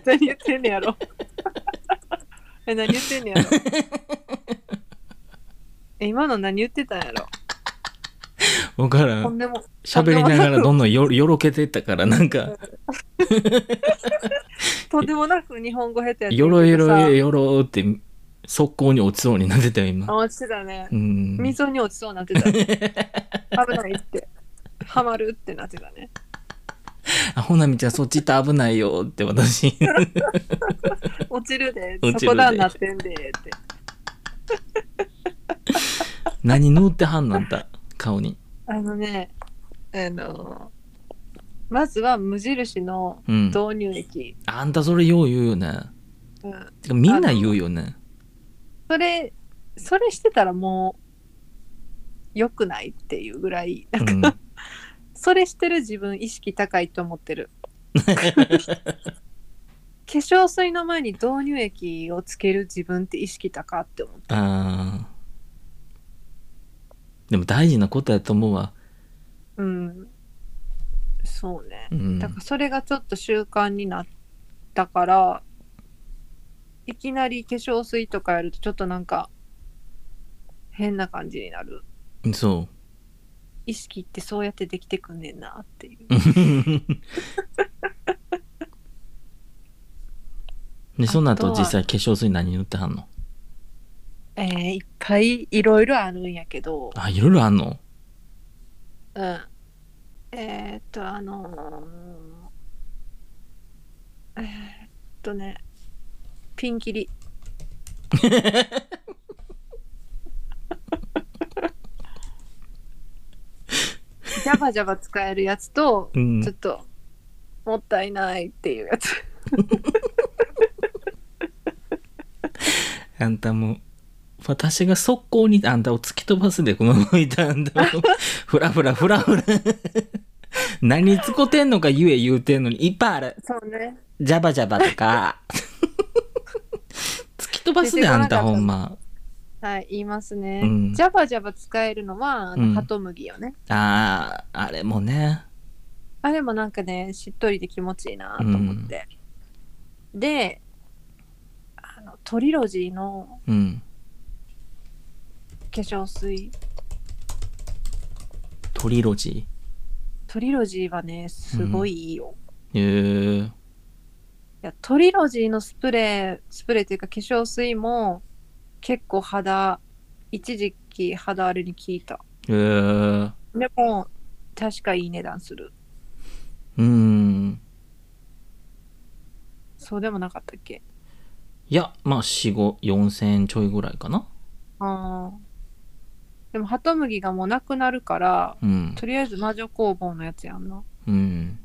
S1: 何言ってんねやろえ何言ってんねやろえ今の何言ってたんやろ
S2: わからん
S1: ほん。でも
S2: 喋りながらどんど んよよろけてったからなんか
S1: とんでもなく日本語下手やったけ
S2: よ
S1: ど
S2: ろ
S1: さ
S2: よろよろって速攻に落ちそうになってたよ
S1: あ
S2: 今
S1: 落ちてたね
S2: うん
S1: 溝に落ちそう になってた危ないってハマるってなってたね
S2: あほなみちゃんそっち行ったら危ないよっ て私
S1: 落ちるで、
S2: 落
S1: そ
S2: ちるで
S1: こだになってんでって。
S2: 何塗ってはんなんだ顔に
S1: あのね、あの、まずは無印の
S2: うん
S1: 導入液。
S2: あんたそれよう言うよね
S1: うん、
S2: てかみんな言うよね
S1: それ、それしてたらもう、良くないっていうぐらい、
S2: うん
S1: それしてる自分意識高いと思って る。化粧水の前に導入液をつける自分って意識高って思った。
S2: あーでも大事なことやと思うわ
S1: うん。そうね。
S2: うん
S1: だからそれがちょっと習慣になったから、いきなり化粧水とかやるとちょっとなんか変な感じになる。
S2: そ
S1: 意識ってそうやってできてくんねんなっていう。
S2: うでその後
S1: あとは
S2: 実際化粧水何塗ってはんの
S1: えー、いっぱいいろいろあるんやけど、
S2: あいろいろあんの
S1: うん。えー、っと、あのー、えー、っとね、ピンキリ。ジャバジャバ使えるやつと、
S2: うん
S1: ちょっと、もったいないっていうやつ。
S2: あんたも私が速攻にあんたを突き飛ばすでこのままいたらあんたもふらふらふらふら 何つこてんのか言え言うてんのにいっぱいある
S1: そうね。
S2: ジャバジャバとか 突き飛ばすであんたほんま
S1: はい、言いますね。
S2: うん
S1: ジャバジャバ使えるのは、あ
S2: う
S1: の、
S2: ん
S1: ハトムギよね。
S2: あーあれもね
S1: あれもなんかねしっとりで気持ちいいなと思って、であのトリロジーの
S2: うん
S1: 化粧水
S2: トリロジ
S1: トリロジーはねすごいいいよ、
S2: ーへえー、
S1: いやトリロジーのスプレースプレーというか化粧水も結構肌一時期肌荒れに効いた
S2: えー、
S1: でも確かいい値段する
S2: うん
S1: そうでもなかったっけ
S2: いやまあ454000円ちょいぐらいかな
S1: あーでもハトムギがもうなくなるから
S2: うん
S1: とりあえず魔女工房のやつやんな
S2: うん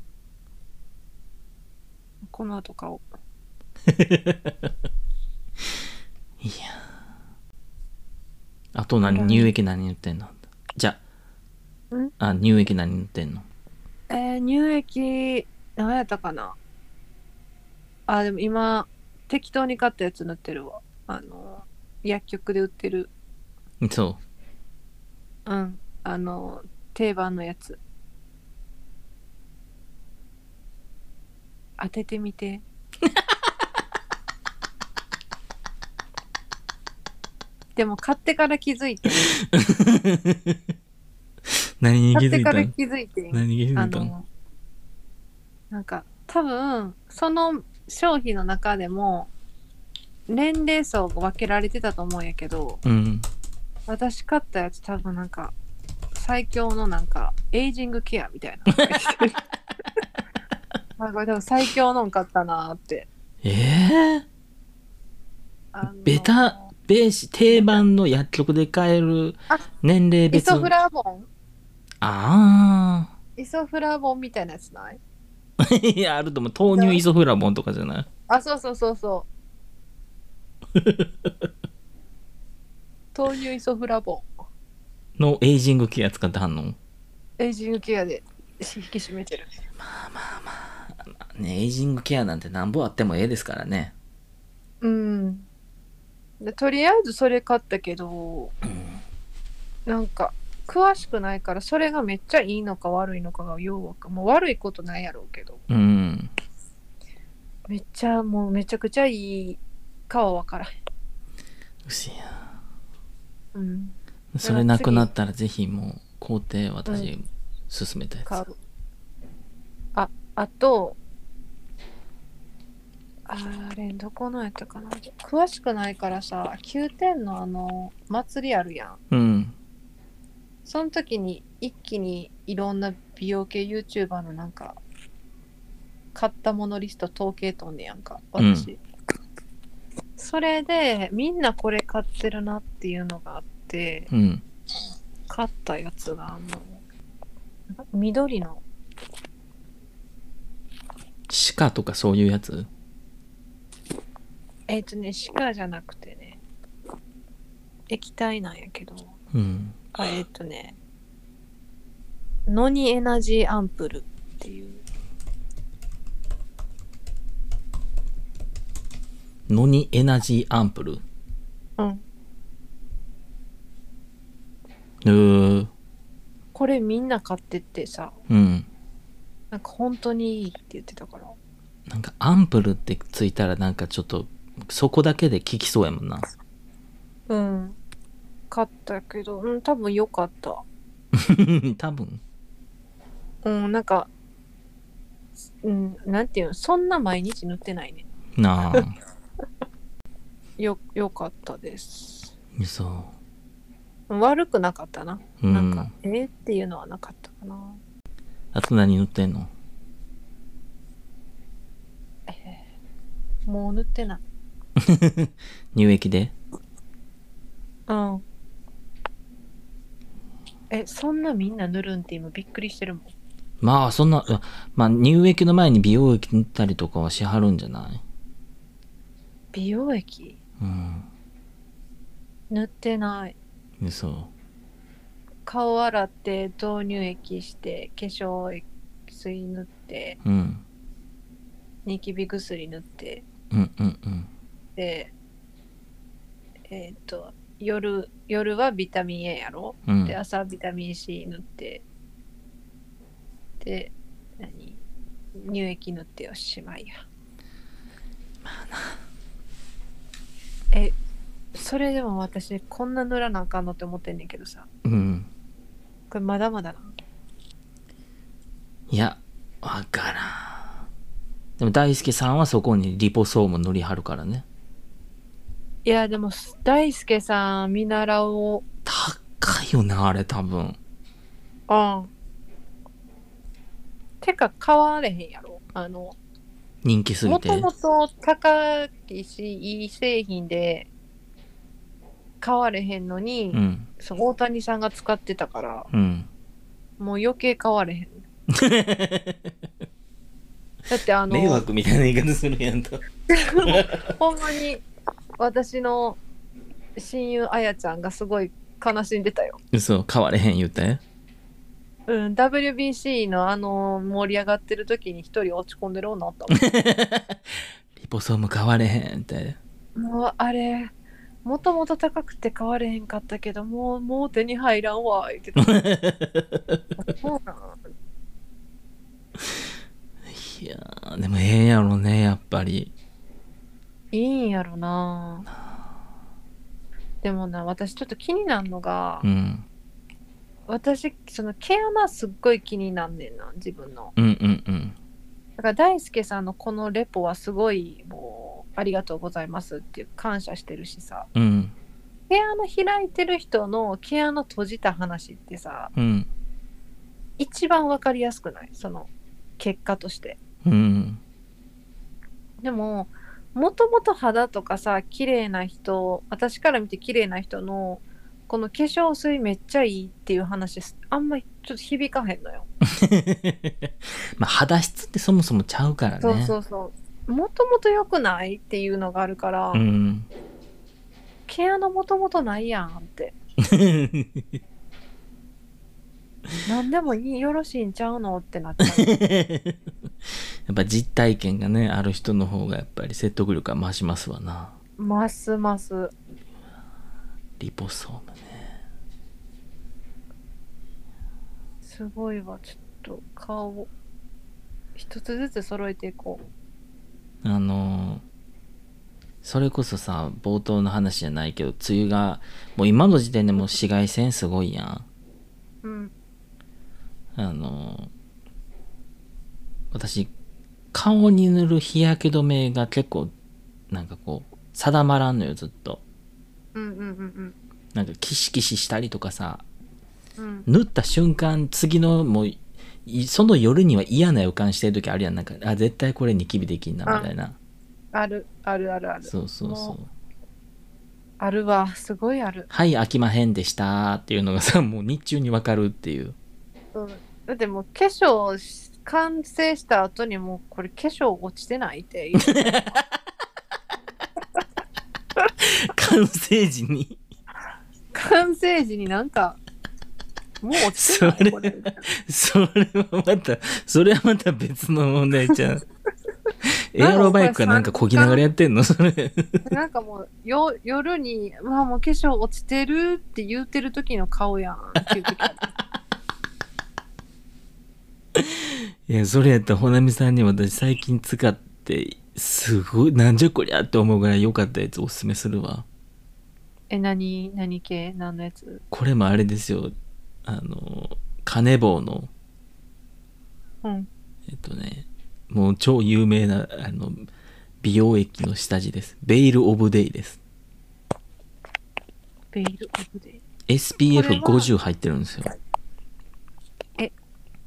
S1: この後買おう
S2: あと何
S1: うん
S2: 乳液何塗ってんのじゃ
S1: ん
S2: あ乳液何塗ってんの
S1: えー、乳液、何やったかなあ、でも今、適当に買ったやつ塗ってるわ。あの、薬局で売ってる。
S2: そ
S1: うん。あの、定番のやつ。当ててみて。 でも買ってから気づいて。
S2: う何に気
S1: 買っ
S2: づ
S1: て
S2: い
S1: か
S2: た
S1: ら
S2: ん
S1: 気づいてん。
S2: 何に気づ
S1: あ
S2: いたん
S1: の、なんか、多分、その商品の中でも、年齢層が分けられてたと思うんやけど、
S2: うん
S1: 私買ったやつ多分なんか、最強のなんか、エイジングケアみたい なのが入ってて。あこれ多分最強のん買ったなーって。
S2: ええ
S1: あの
S2: ベタベーシ定番の薬局で買える年齢
S1: イ
S2: 別
S1: ソフ
S2: あ
S1: ラボン
S2: あ
S1: イソフラボンみたいなやつない
S2: ー いやあると思う豆乳イソフラボンとかじゃない
S1: あ、そうそうそう そう。豆乳イソフラボン。
S2: のエイジングケア使ってはんの
S1: エイジングケアで引き締めてる。
S2: ねエイジングケアなんてなんぼあってもええですからね
S1: うん。でとりあえずそれ買ったけど、なんか詳しくないからそれがめっちゃいいのか悪いのかがようわかもう悪いことないやろうけど、
S2: うん
S1: めっちゃもうめちゃくちゃいいかはわからへん。
S2: 嘘や
S1: うん。
S2: それなくなったらぜひもう工程私進めた
S1: 買
S2: や
S1: う。あ、あと、あーあれ、どこのやったかな詳しくないからさ、9点のあの、祭りあるやん。
S2: つうん
S1: その時に一気にいろんな美容系 YouTuber のなんか買ったものリスト統計とんねやんか私、それでみんなこれ買ってるなっていうのがあって
S2: うん。
S1: 買ったやつがあのなんか緑の
S2: 鹿とかそういうやつ
S1: えっ、とね鹿じゃなくてね液体なんやけど
S2: うん。
S1: あえっ、とねノニエナジーアンプルっていう
S2: ノニエナジーアンプル。
S1: うん
S2: うー。
S1: これみんな買ってってさ
S2: うん。
S1: なんか本当にいいって言ってたから
S2: なんかアンプルってついたらなんかちょっと、そこだけで効きそうやもん な。
S1: うん買ったけどうん多分良かった
S2: 多分。
S1: うん、なんか、うん、なんていうの、そんな毎日塗ってないね。
S2: なあ。
S1: よ、よかったです。
S2: そう。
S1: 悪くなかったな。
S2: うん。
S1: なんか、えっていうのはなかったかな。
S2: あと何塗ってんの
S1: もう塗ってない。
S2: 乳液で
S1: うん。え、そんなみんな塗るんって今びっくりしてるもん。
S2: まあそんな、あまあ乳液の前に美容液塗ったりとかはしはるんじゃない
S1: 美容液
S2: うん。
S1: 塗ってない。
S2: そう。
S1: 顔洗って、導入液して、化粧水塗って、
S2: うん。
S1: ニキビ薬塗って、
S2: うんうんうん。
S1: でえっ、と夜夜はビタミン A やろ
S2: うん
S1: で朝ビタミン C 塗ってで何乳液塗っておしまいやえそれでも私こんな塗らなあかんのって思ってんねんけどさ
S2: うん。
S1: これまだまだない
S2: や、わからん。でも大輔さんはそこにリポソーム塗りはるからね。
S1: いやでも大輔さん見習おう
S2: 高いよね、あれ多
S1: う
S2: 分。
S1: んてか変われへんやろあの
S2: 人気すぎ
S1: も
S2: て。
S1: ともと高いし、いい製品で買われへんのに、
S2: うん。
S1: その大谷さんが使ってたから、
S2: うん。
S1: もう余計買われへん。だってあ
S2: 迷
S1: の、
S2: 惑みたいな言い方するやんと。
S1: ほんまに私の親友あやちゃんがすごい悲しんでたよ。
S2: 嘘、変われへん言うて。
S1: うん、WBC のあの盛り上がってる時に一人落ち込んでる女あったも
S2: リポソーム変われへんって。
S1: ん。もうあれ、もともと高くて買われへんかったけど、もう、もう手に入らんわ、言 ってた。そうなん
S2: いやーでもええやろね、やっぱり。
S1: いいんやろなでもな私ちょっと気になるのが、
S2: うん。
S1: 私その毛穴すっごい気になんねんな自分の
S2: うんうんうん。
S1: だから大輔さんのこのレポはすごいもうありがとうございますっていう感謝してるしさ
S2: うん。
S1: 毛穴開いてる人の毛穴閉じた話ってさ
S2: うん。
S1: 一番わかりやすくないその結果として
S2: うん。
S1: でももともと肌とかさ綺麗な人私から見て綺麗な人のこの化粧水めっちゃいいっていう話あんまりちょっと響かへんのよ、
S2: まあ肌質ってそもそもちゃうからね。
S1: そうそうそうもともと良くないっていうのがあるから、
S2: うん。
S1: 毛穴もともとないやんって何でもいいよろしいんちゃうのってなっちゃ
S2: やっぱ実体験がねある人の方がやっぱり説得力が増しますわな
S1: うますます
S2: リポソームね
S1: すごいわちょっと顔を一つずつ揃えていこ
S2: あのーそれこそさ冒頭の話じゃないけど梅雨がもう今の時点でもう紫外線すごいやん
S1: ううん
S2: あのー私顔に塗る日焼け止めが結構なんかこう定まらんのよずっと
S1: うんうんうん
S2: なんかキシキシしたりとかさ
S1: うんうん
S2: 塗った瞬間次のもういその夜には嫌な予感してる時あるやんなんかあ絶対これニキビできんなみたいな
S1: あるあるあるある
S2: そうそうそ
S1: も
S2: う
S1: あるわすごいある、
S2: はい飽きまへんでしたっていうのがさもう日中にわかるっていう
S1: うん、だってもう化粧し完成した後にもうこれ化粧落ちてない って言う
S2: 完成時に
S1: 完成時になんかもう落ちてな
S2: それ
S1: いこれ
S2: それはまたそれはまた別の問題じゃ んエアロバイクがなんかこぎながらやってんのそれ
S1: なんかもうよ夜に「うわもう化粧落ちてる」って言うてる時の顔やんって いう時ある
S2: いや、それやったら、ほなみさんに私最近使って、すごい、なんじゃこりゃって思うぐらい良かったやつおすすめするわ。
S1: え何何系何のやつ
S2: これもあれですよ。あの、カネボウの、
S1: うん
S2: えっとね、もう超有名な、あの、美容液の下地です。ベイル・オブ・デイです。
S1: ベイルオブで
S2: SPF50 入ってるんですよ。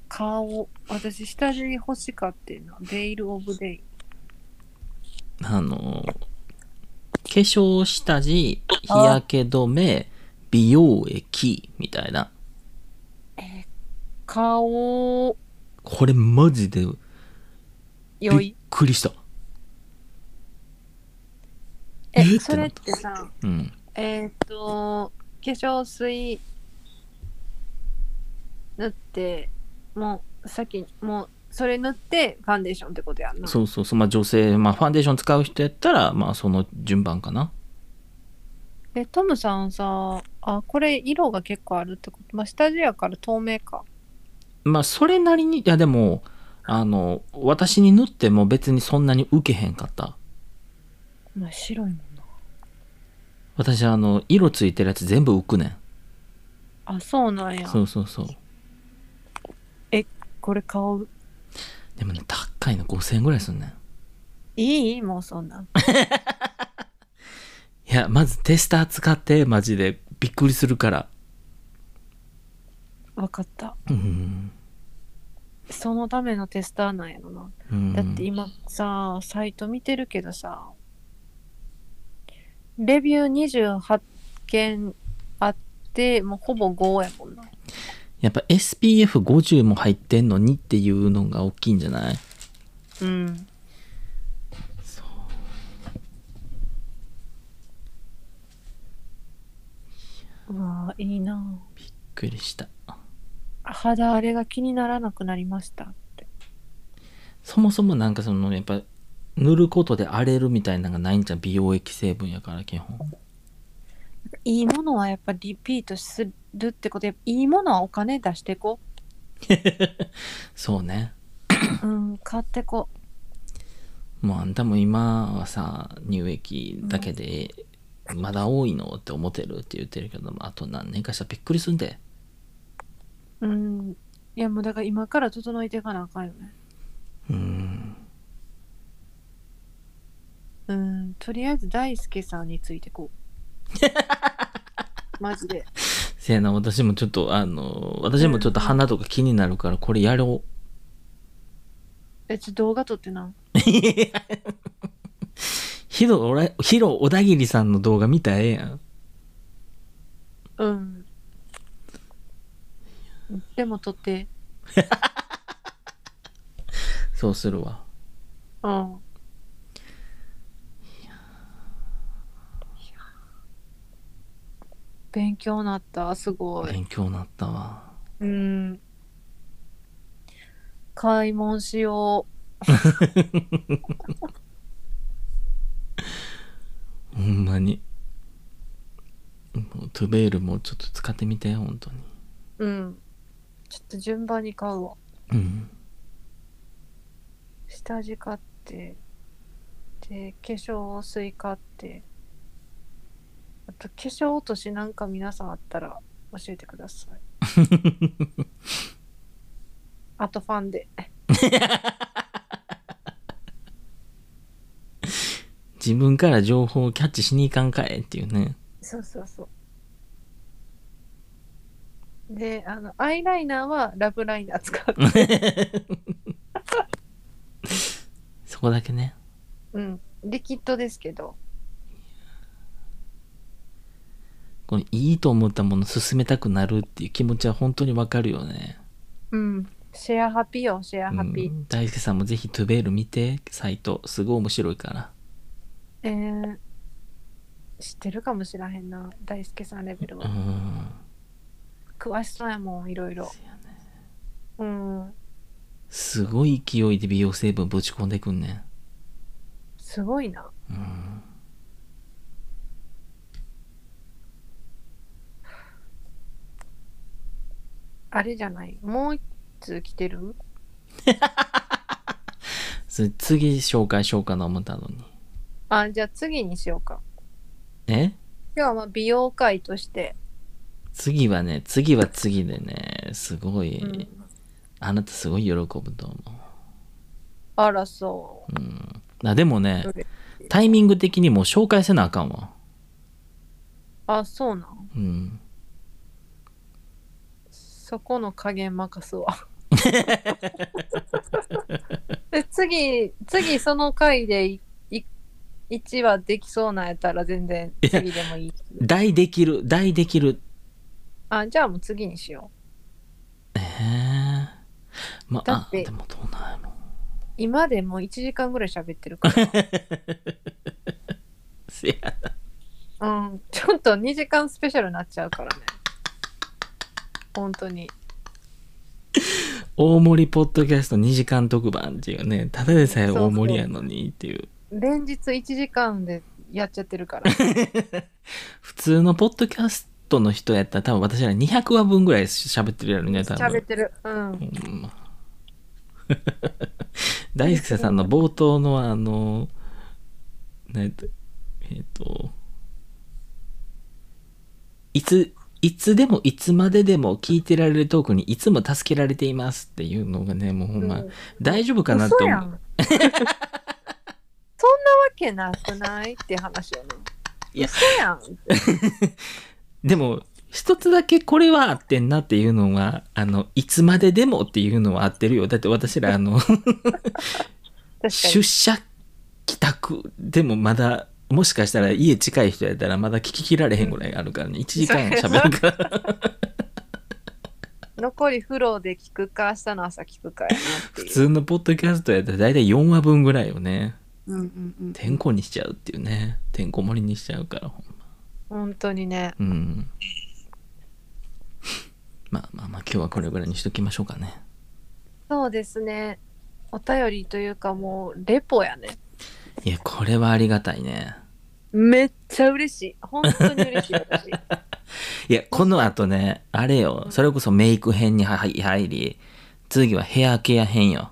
S1: 顔私下地欲しかってんなベイルオブデイ
S2: あの、化粧下地、日焼け止め、美容液、みたいな。
S1: 顔
S2: これマジで
S1: 良
S2: びっ
S1: い
S2: くりした。
S1: え
S2: え
S1: それってさ
S2: うん。
S1: えーっと化粧水塗ってもう先にもうそれ塗ってファンデーションってことやんな
S2: そうそうそう、まあ女性、まあファンデーション使う人やったら、まあその順番かな。
S1: えトムさんさあこれ色が結構あるってことまあ下地やから透明か
S2: まあそれなりに、いやでも、あの、私に塗っても別にそんなに受けへんかった。
S1: まあ白いもんな
S2: 私、あの、色ついてるやつ全部浮くね
S1: あそうなん
S2: ん。
S1: や
S2: そうそうそう。
S1: これ顔
S2: でもね、高いの5000円ぐらいすんねん。
S1: いいもうそんなん
S2: いや、まずテスター使って、マジで。びっくりするから。
S1: 分かった
S2: うん。
S1: そのためのテスターなんやろな
S2: うん
S1: だって今さサイト見てるけどさレビュー28件あってもうほぼ5やもんな
S2: やっぱ SPF50 も入ってんのにっていうのが大きいんじゃない
S1: うんうわあいいなあ
S2: びっくりした。
S1: 肌荒れが気にならなくなりましたって
S2: そもそもなんかそのやっぱ塗ることで荒れるみたいなのがないんじゃん美容液成分やから基本
S1: いいものはやっぱリピートするってことでいいものはお金出してこ
S2: そうね
S1: う、うん、買ってこ
S2: もうあんたも今はさ乳液だけでまだ多いのって思ってるって言ってるけどあと何年かしたらびっくりすんで
S1: ううんいやもうだから今から整えていかなあかんよね
S2: うん
S1: うん、とりあえず大輔さんについてこ う。マジで。
S2: せやな私もちょっとあの私もちょっと鼻とか気になるからこれやろ
S1: え、ちょ、動画撮ってな。
S2: うヒロおらヒロ小田切さんの動画見たらええやん
S1: うん。でも撮って。
S2: そうするわ
S1: うん。勉強になった、すごい。
S2: 勉強になったわ
S1: うん。買い物しよ
S2: ほんまに。もうトゥベールもちょっと使ってみて、本当に。
S1: う。うん。ちょっと順番に買うわ。
S2: うん。
S1: 下地買ってで化粧水買ってあと化粧落としなんか皆さんあったら教えてくだ さいあとファンで
S2: 自分から情報をキャッチしに行かんかえっていうね。
S1: そうそうそうで、あの、アイライナーはラブライナー使う。
S2: そこだけね。
S1: うん。リキッドですけど。
S2: このいいと思ったもの進めたくなるっていう気持ちは本当にわかるよね。
S1: うん。シェアハピよ、シェアハピ。
S2: うん大輔さんもぜひトゥベール見て、サイト。すごい面白いから。
S1: えー、知ってるかもしらへんな。大輔さんレベル
S2: う
S1: は。
S2: ん。
S1: 詳しそうやもん、いろいろ。うん。
S2: すごい勢いで美容成分ぶち込んでくんね
S1: すごいな。
S2: ん。うん。
S1: あれじゃない。もう一通来てる
S2: それ次紹介しようかな思ったのに。
S1: あ、じゃあ次にしようか。
S2: え
S1: 今日はまあ美容会として。
S2: 次はね、次は次でね、すごい、
S1: うん、
S2: あなたすごい喜ぶと思。
S1: あら、そう
S2: うん。あでも
S1: う。、
S2: ね
S1: どれ
S2: タイミング的にもう紹介せなあかんわ。
S1: あ、そうなん。
S2: うん。
S1: そこの加減任 すわ。で次、次その回でいい1話できそうなんやったら全然次でもいい。
S2: 大できる、大できる。
S1: あ、じゃあもう次にしよう。
S2: えー、ま
S1: だ
S2: あ
S1: っ、て
S2: でもどうなんやろ。
S1: 今でもう1時間ぐらい喋ってる から。
S2: せや
S1: うん、ちょっと2時間スペシャルになっちゃうからね。本当に。
S2: 大盛りポッドキャスト2時間特番っていうね、ただでさえ大盛りやのにっていう。
S1: 連日1時間でやっちゃってる から。
S2: 普通のポッドキャストの人やったら多分私ら200話分ぐらい喋ってるやろね、多分。
S1: 喋ってる。うん。
S2: うん、 大輔さんの冒頭のあの、なんやったえっ、と、いつ、いつでもいつまででも聞いてられるトークにいつも助けられていますっていうのがね、もうほんま、
S1: うん
S2: 大丈夫かなと
S1: 嘘
S2: 思
S1: や
S2: う。
S1: んそんなわけなくないって話よね。
S2: いや
S1: 嘘やん。
S2: でも、一つだけこれは合ってんなっていうのは、あの、いつまででもっていうのは合ってるよ。だって私ら、あの、
S1: 確か
S2: 出社帰宅でもまだもしかしたら家近い人やったらまだ聞ききられへんぐらいあるからね1時間喋るから
S1: に。残りフローで聞くか、明日の朝聞くかやなって
S2: 普
S1: いう。
S2: 通のポッドキャストやったら大体4話分ぐらいをね
S1: うんうんうん。
S2: てんこにしちゃうっていうねてんこ盛りにしちゃうからほんま
S1: 本当にね。
S2: うんまあまあまあ今日はこれぐらいにしときましょうかね
S1: そうですね。お便りというかもう、レポやね。
S2: いやこれはありがたいね
S1: めっちゃ嬉しい。本当に嬉しい。 私
S2: いやこの後ねあれよそれこそメイク編に入入り次はヘアケア編よ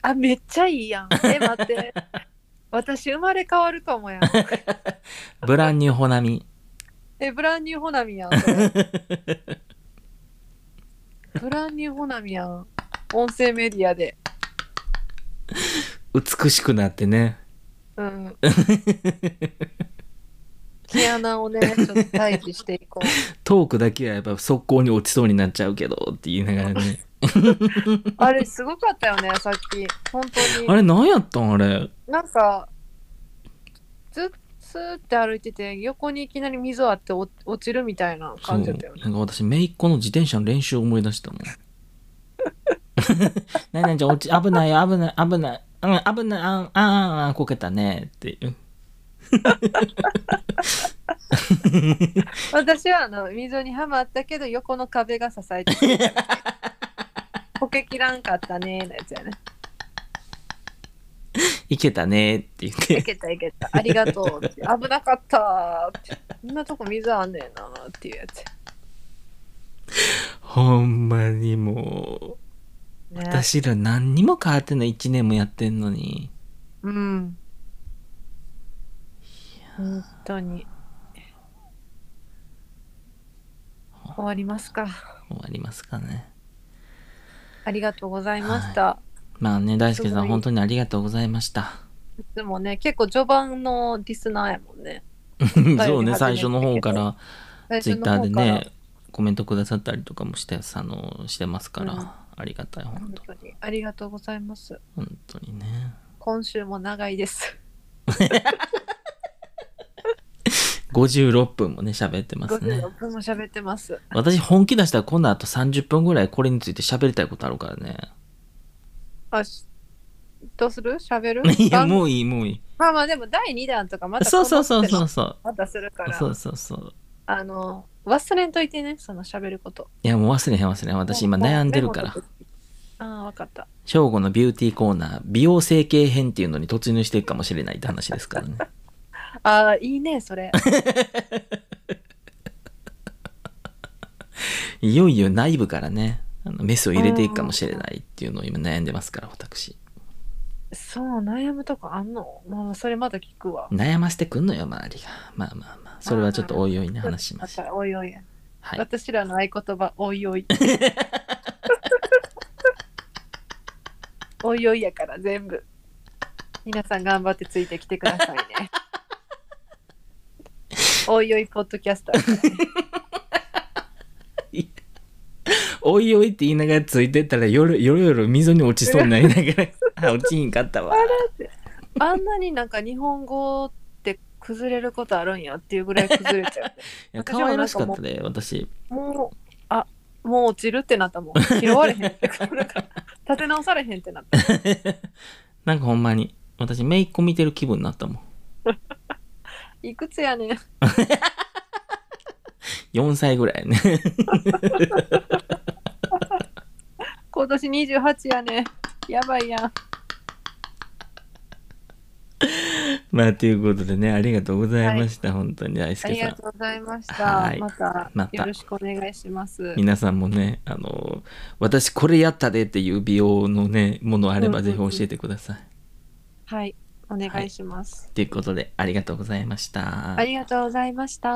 S1: あ、めっちゃいいやん。え、待って。私、生まれ変わるかもやん。
S2: ブランニューホナミ
S1: え、ブランニューホナミやん。そ れブランニューホナミやん。音声メディアで。
S2: 美しくなってね
S1: うん。毛穴をね、ちょっと待機していこ う。
S2: トークだけはやっぱ速攻に落ちそうになっちゃうけどって言いながらね
S1: あれ、すごかったよね、さっき。本当に。
S2: あれ何やったんあれ
S1: なんか、ずスーって歩いてて、横にいきなり溝あってお落ちるみたいな
S2: そう
S1: 感じだっ
S2: なん
S1: たよね。
S2: か私めいっ子の自転車の練習を思い出したもん 何々ちゃん落ち危ないよ危ない危ないうん、危ない、あん、あん、あん、こけたね、っていう。
S1: 私はあの溝にはまったけど、横の壁が支えてくれた。 こけきらんかったねーのやつやね。
S2: いけたね、って言っ
S1: い
S2: て。
S1: けたいけ た。ありがとうって。危なかったーって。こんなとこ水あんねんなーっていうやつ。
S2: ほんまにも
S1: ね、
S2: う、私ら何にも変わってない1年もやってんのに。
S1: うん。本当に。終わりますか。
S2: 終わりますかね。
S1: ありがとうございました。
S2: まあね、大輔さ
S1: すご
S2: ん
S1: い
S2: 本当にありがとうございました。
S1: い、つもね、結構序盤のリスナーやもんね。
S2: そうね、
S1: 初めて
S2: 最初の方から、
S1: 最
S2: ツイ
S1: 初
S2: ッ
S1: の
S2: ター
S1: 方
S2: で
S1: から
S2: ね、コメントくださったりとかもしてあのしてますから、
S1: うん
S2: ありがたい本
S1: 本
S2: 当
S1: 当にありがとうございます。
S2: 本当にね
S1: 今週も長いです。
S2: 56分もね喋ってますね
S1: 56分も喋ってます。
S2: 私本気出したら今度あと30分ぐらいこれについて喋りたいことあるからね
S1: あしどうする喋る
S2: いや
S1: 番
S2: もういいもういい
S1: まあまあでも第2弾とかまた
S2: そうそうそう
S1: こ
S2: そ
S1: の
S2: うそう
S1: またするから
S2: そうそうそう
S1: あの忘れんといてねその喋ること
S2: いやもう忘れへん忘れへん私今悩んでるから
S1: ああ分かった
S2: 正午のビューティーコーナー美容整形編っていうのに突入していくかもしれないって話で すからね
S1: ああいいねそれ
S2: いよいよ内部からねあのメスを入れていくかもしれないっていうのを今悩んでますから私
S1: そう悩むとこあんのまあそれまだ聞くわ
S2: 悩ませてくんのよ周りがまあまあまあそれはちょっとおいおいね話しま
S1: ま
S2: しょう
S1: たおいおい、
S2: はい
S1: 私らの合言葉おいお いおいおいやから全部皆さん頑張ってついてきてください ねおいおいポッドキャスター
S2: おいおいって言いながらついてったら夜夜夜溝に落ちそうになりながらあ落ちひんかったわ
S1: あんなになんか日本語って崩れることあるんやっていうぐらい崩れちゃう。
S2: いや可愛らしかったで私
S1: もう、あもう落ちるってなったもん。拾われへん って。なんか立て直されへんってなった。
S2: なんかほんまに私姪っ子見てる気分になったもん
S1: いくつやねん。
S2: 4歳ぐらいね
S1: 今年28やねん。やばいやん。
S2: まあということでねありがとうございました、本当に大
S1: あ
S2: 輔
S1: り
S2: さ
S1: が
S2: ん
S1: とうございまし
S2: は
S1: た。
S2: い
S1: また
S2: また
S1: よろしくお願いします。
S2: 皆さんもねあの私これやったでっていう美容のねものあれば
S1: うんうん
S2: ぜ
S1: う
S2: ひ
S1: ん
S2: 教えてください、
S1: はい。お願いします。
S2: ということでありがとうございました
S1: ありがとうございました。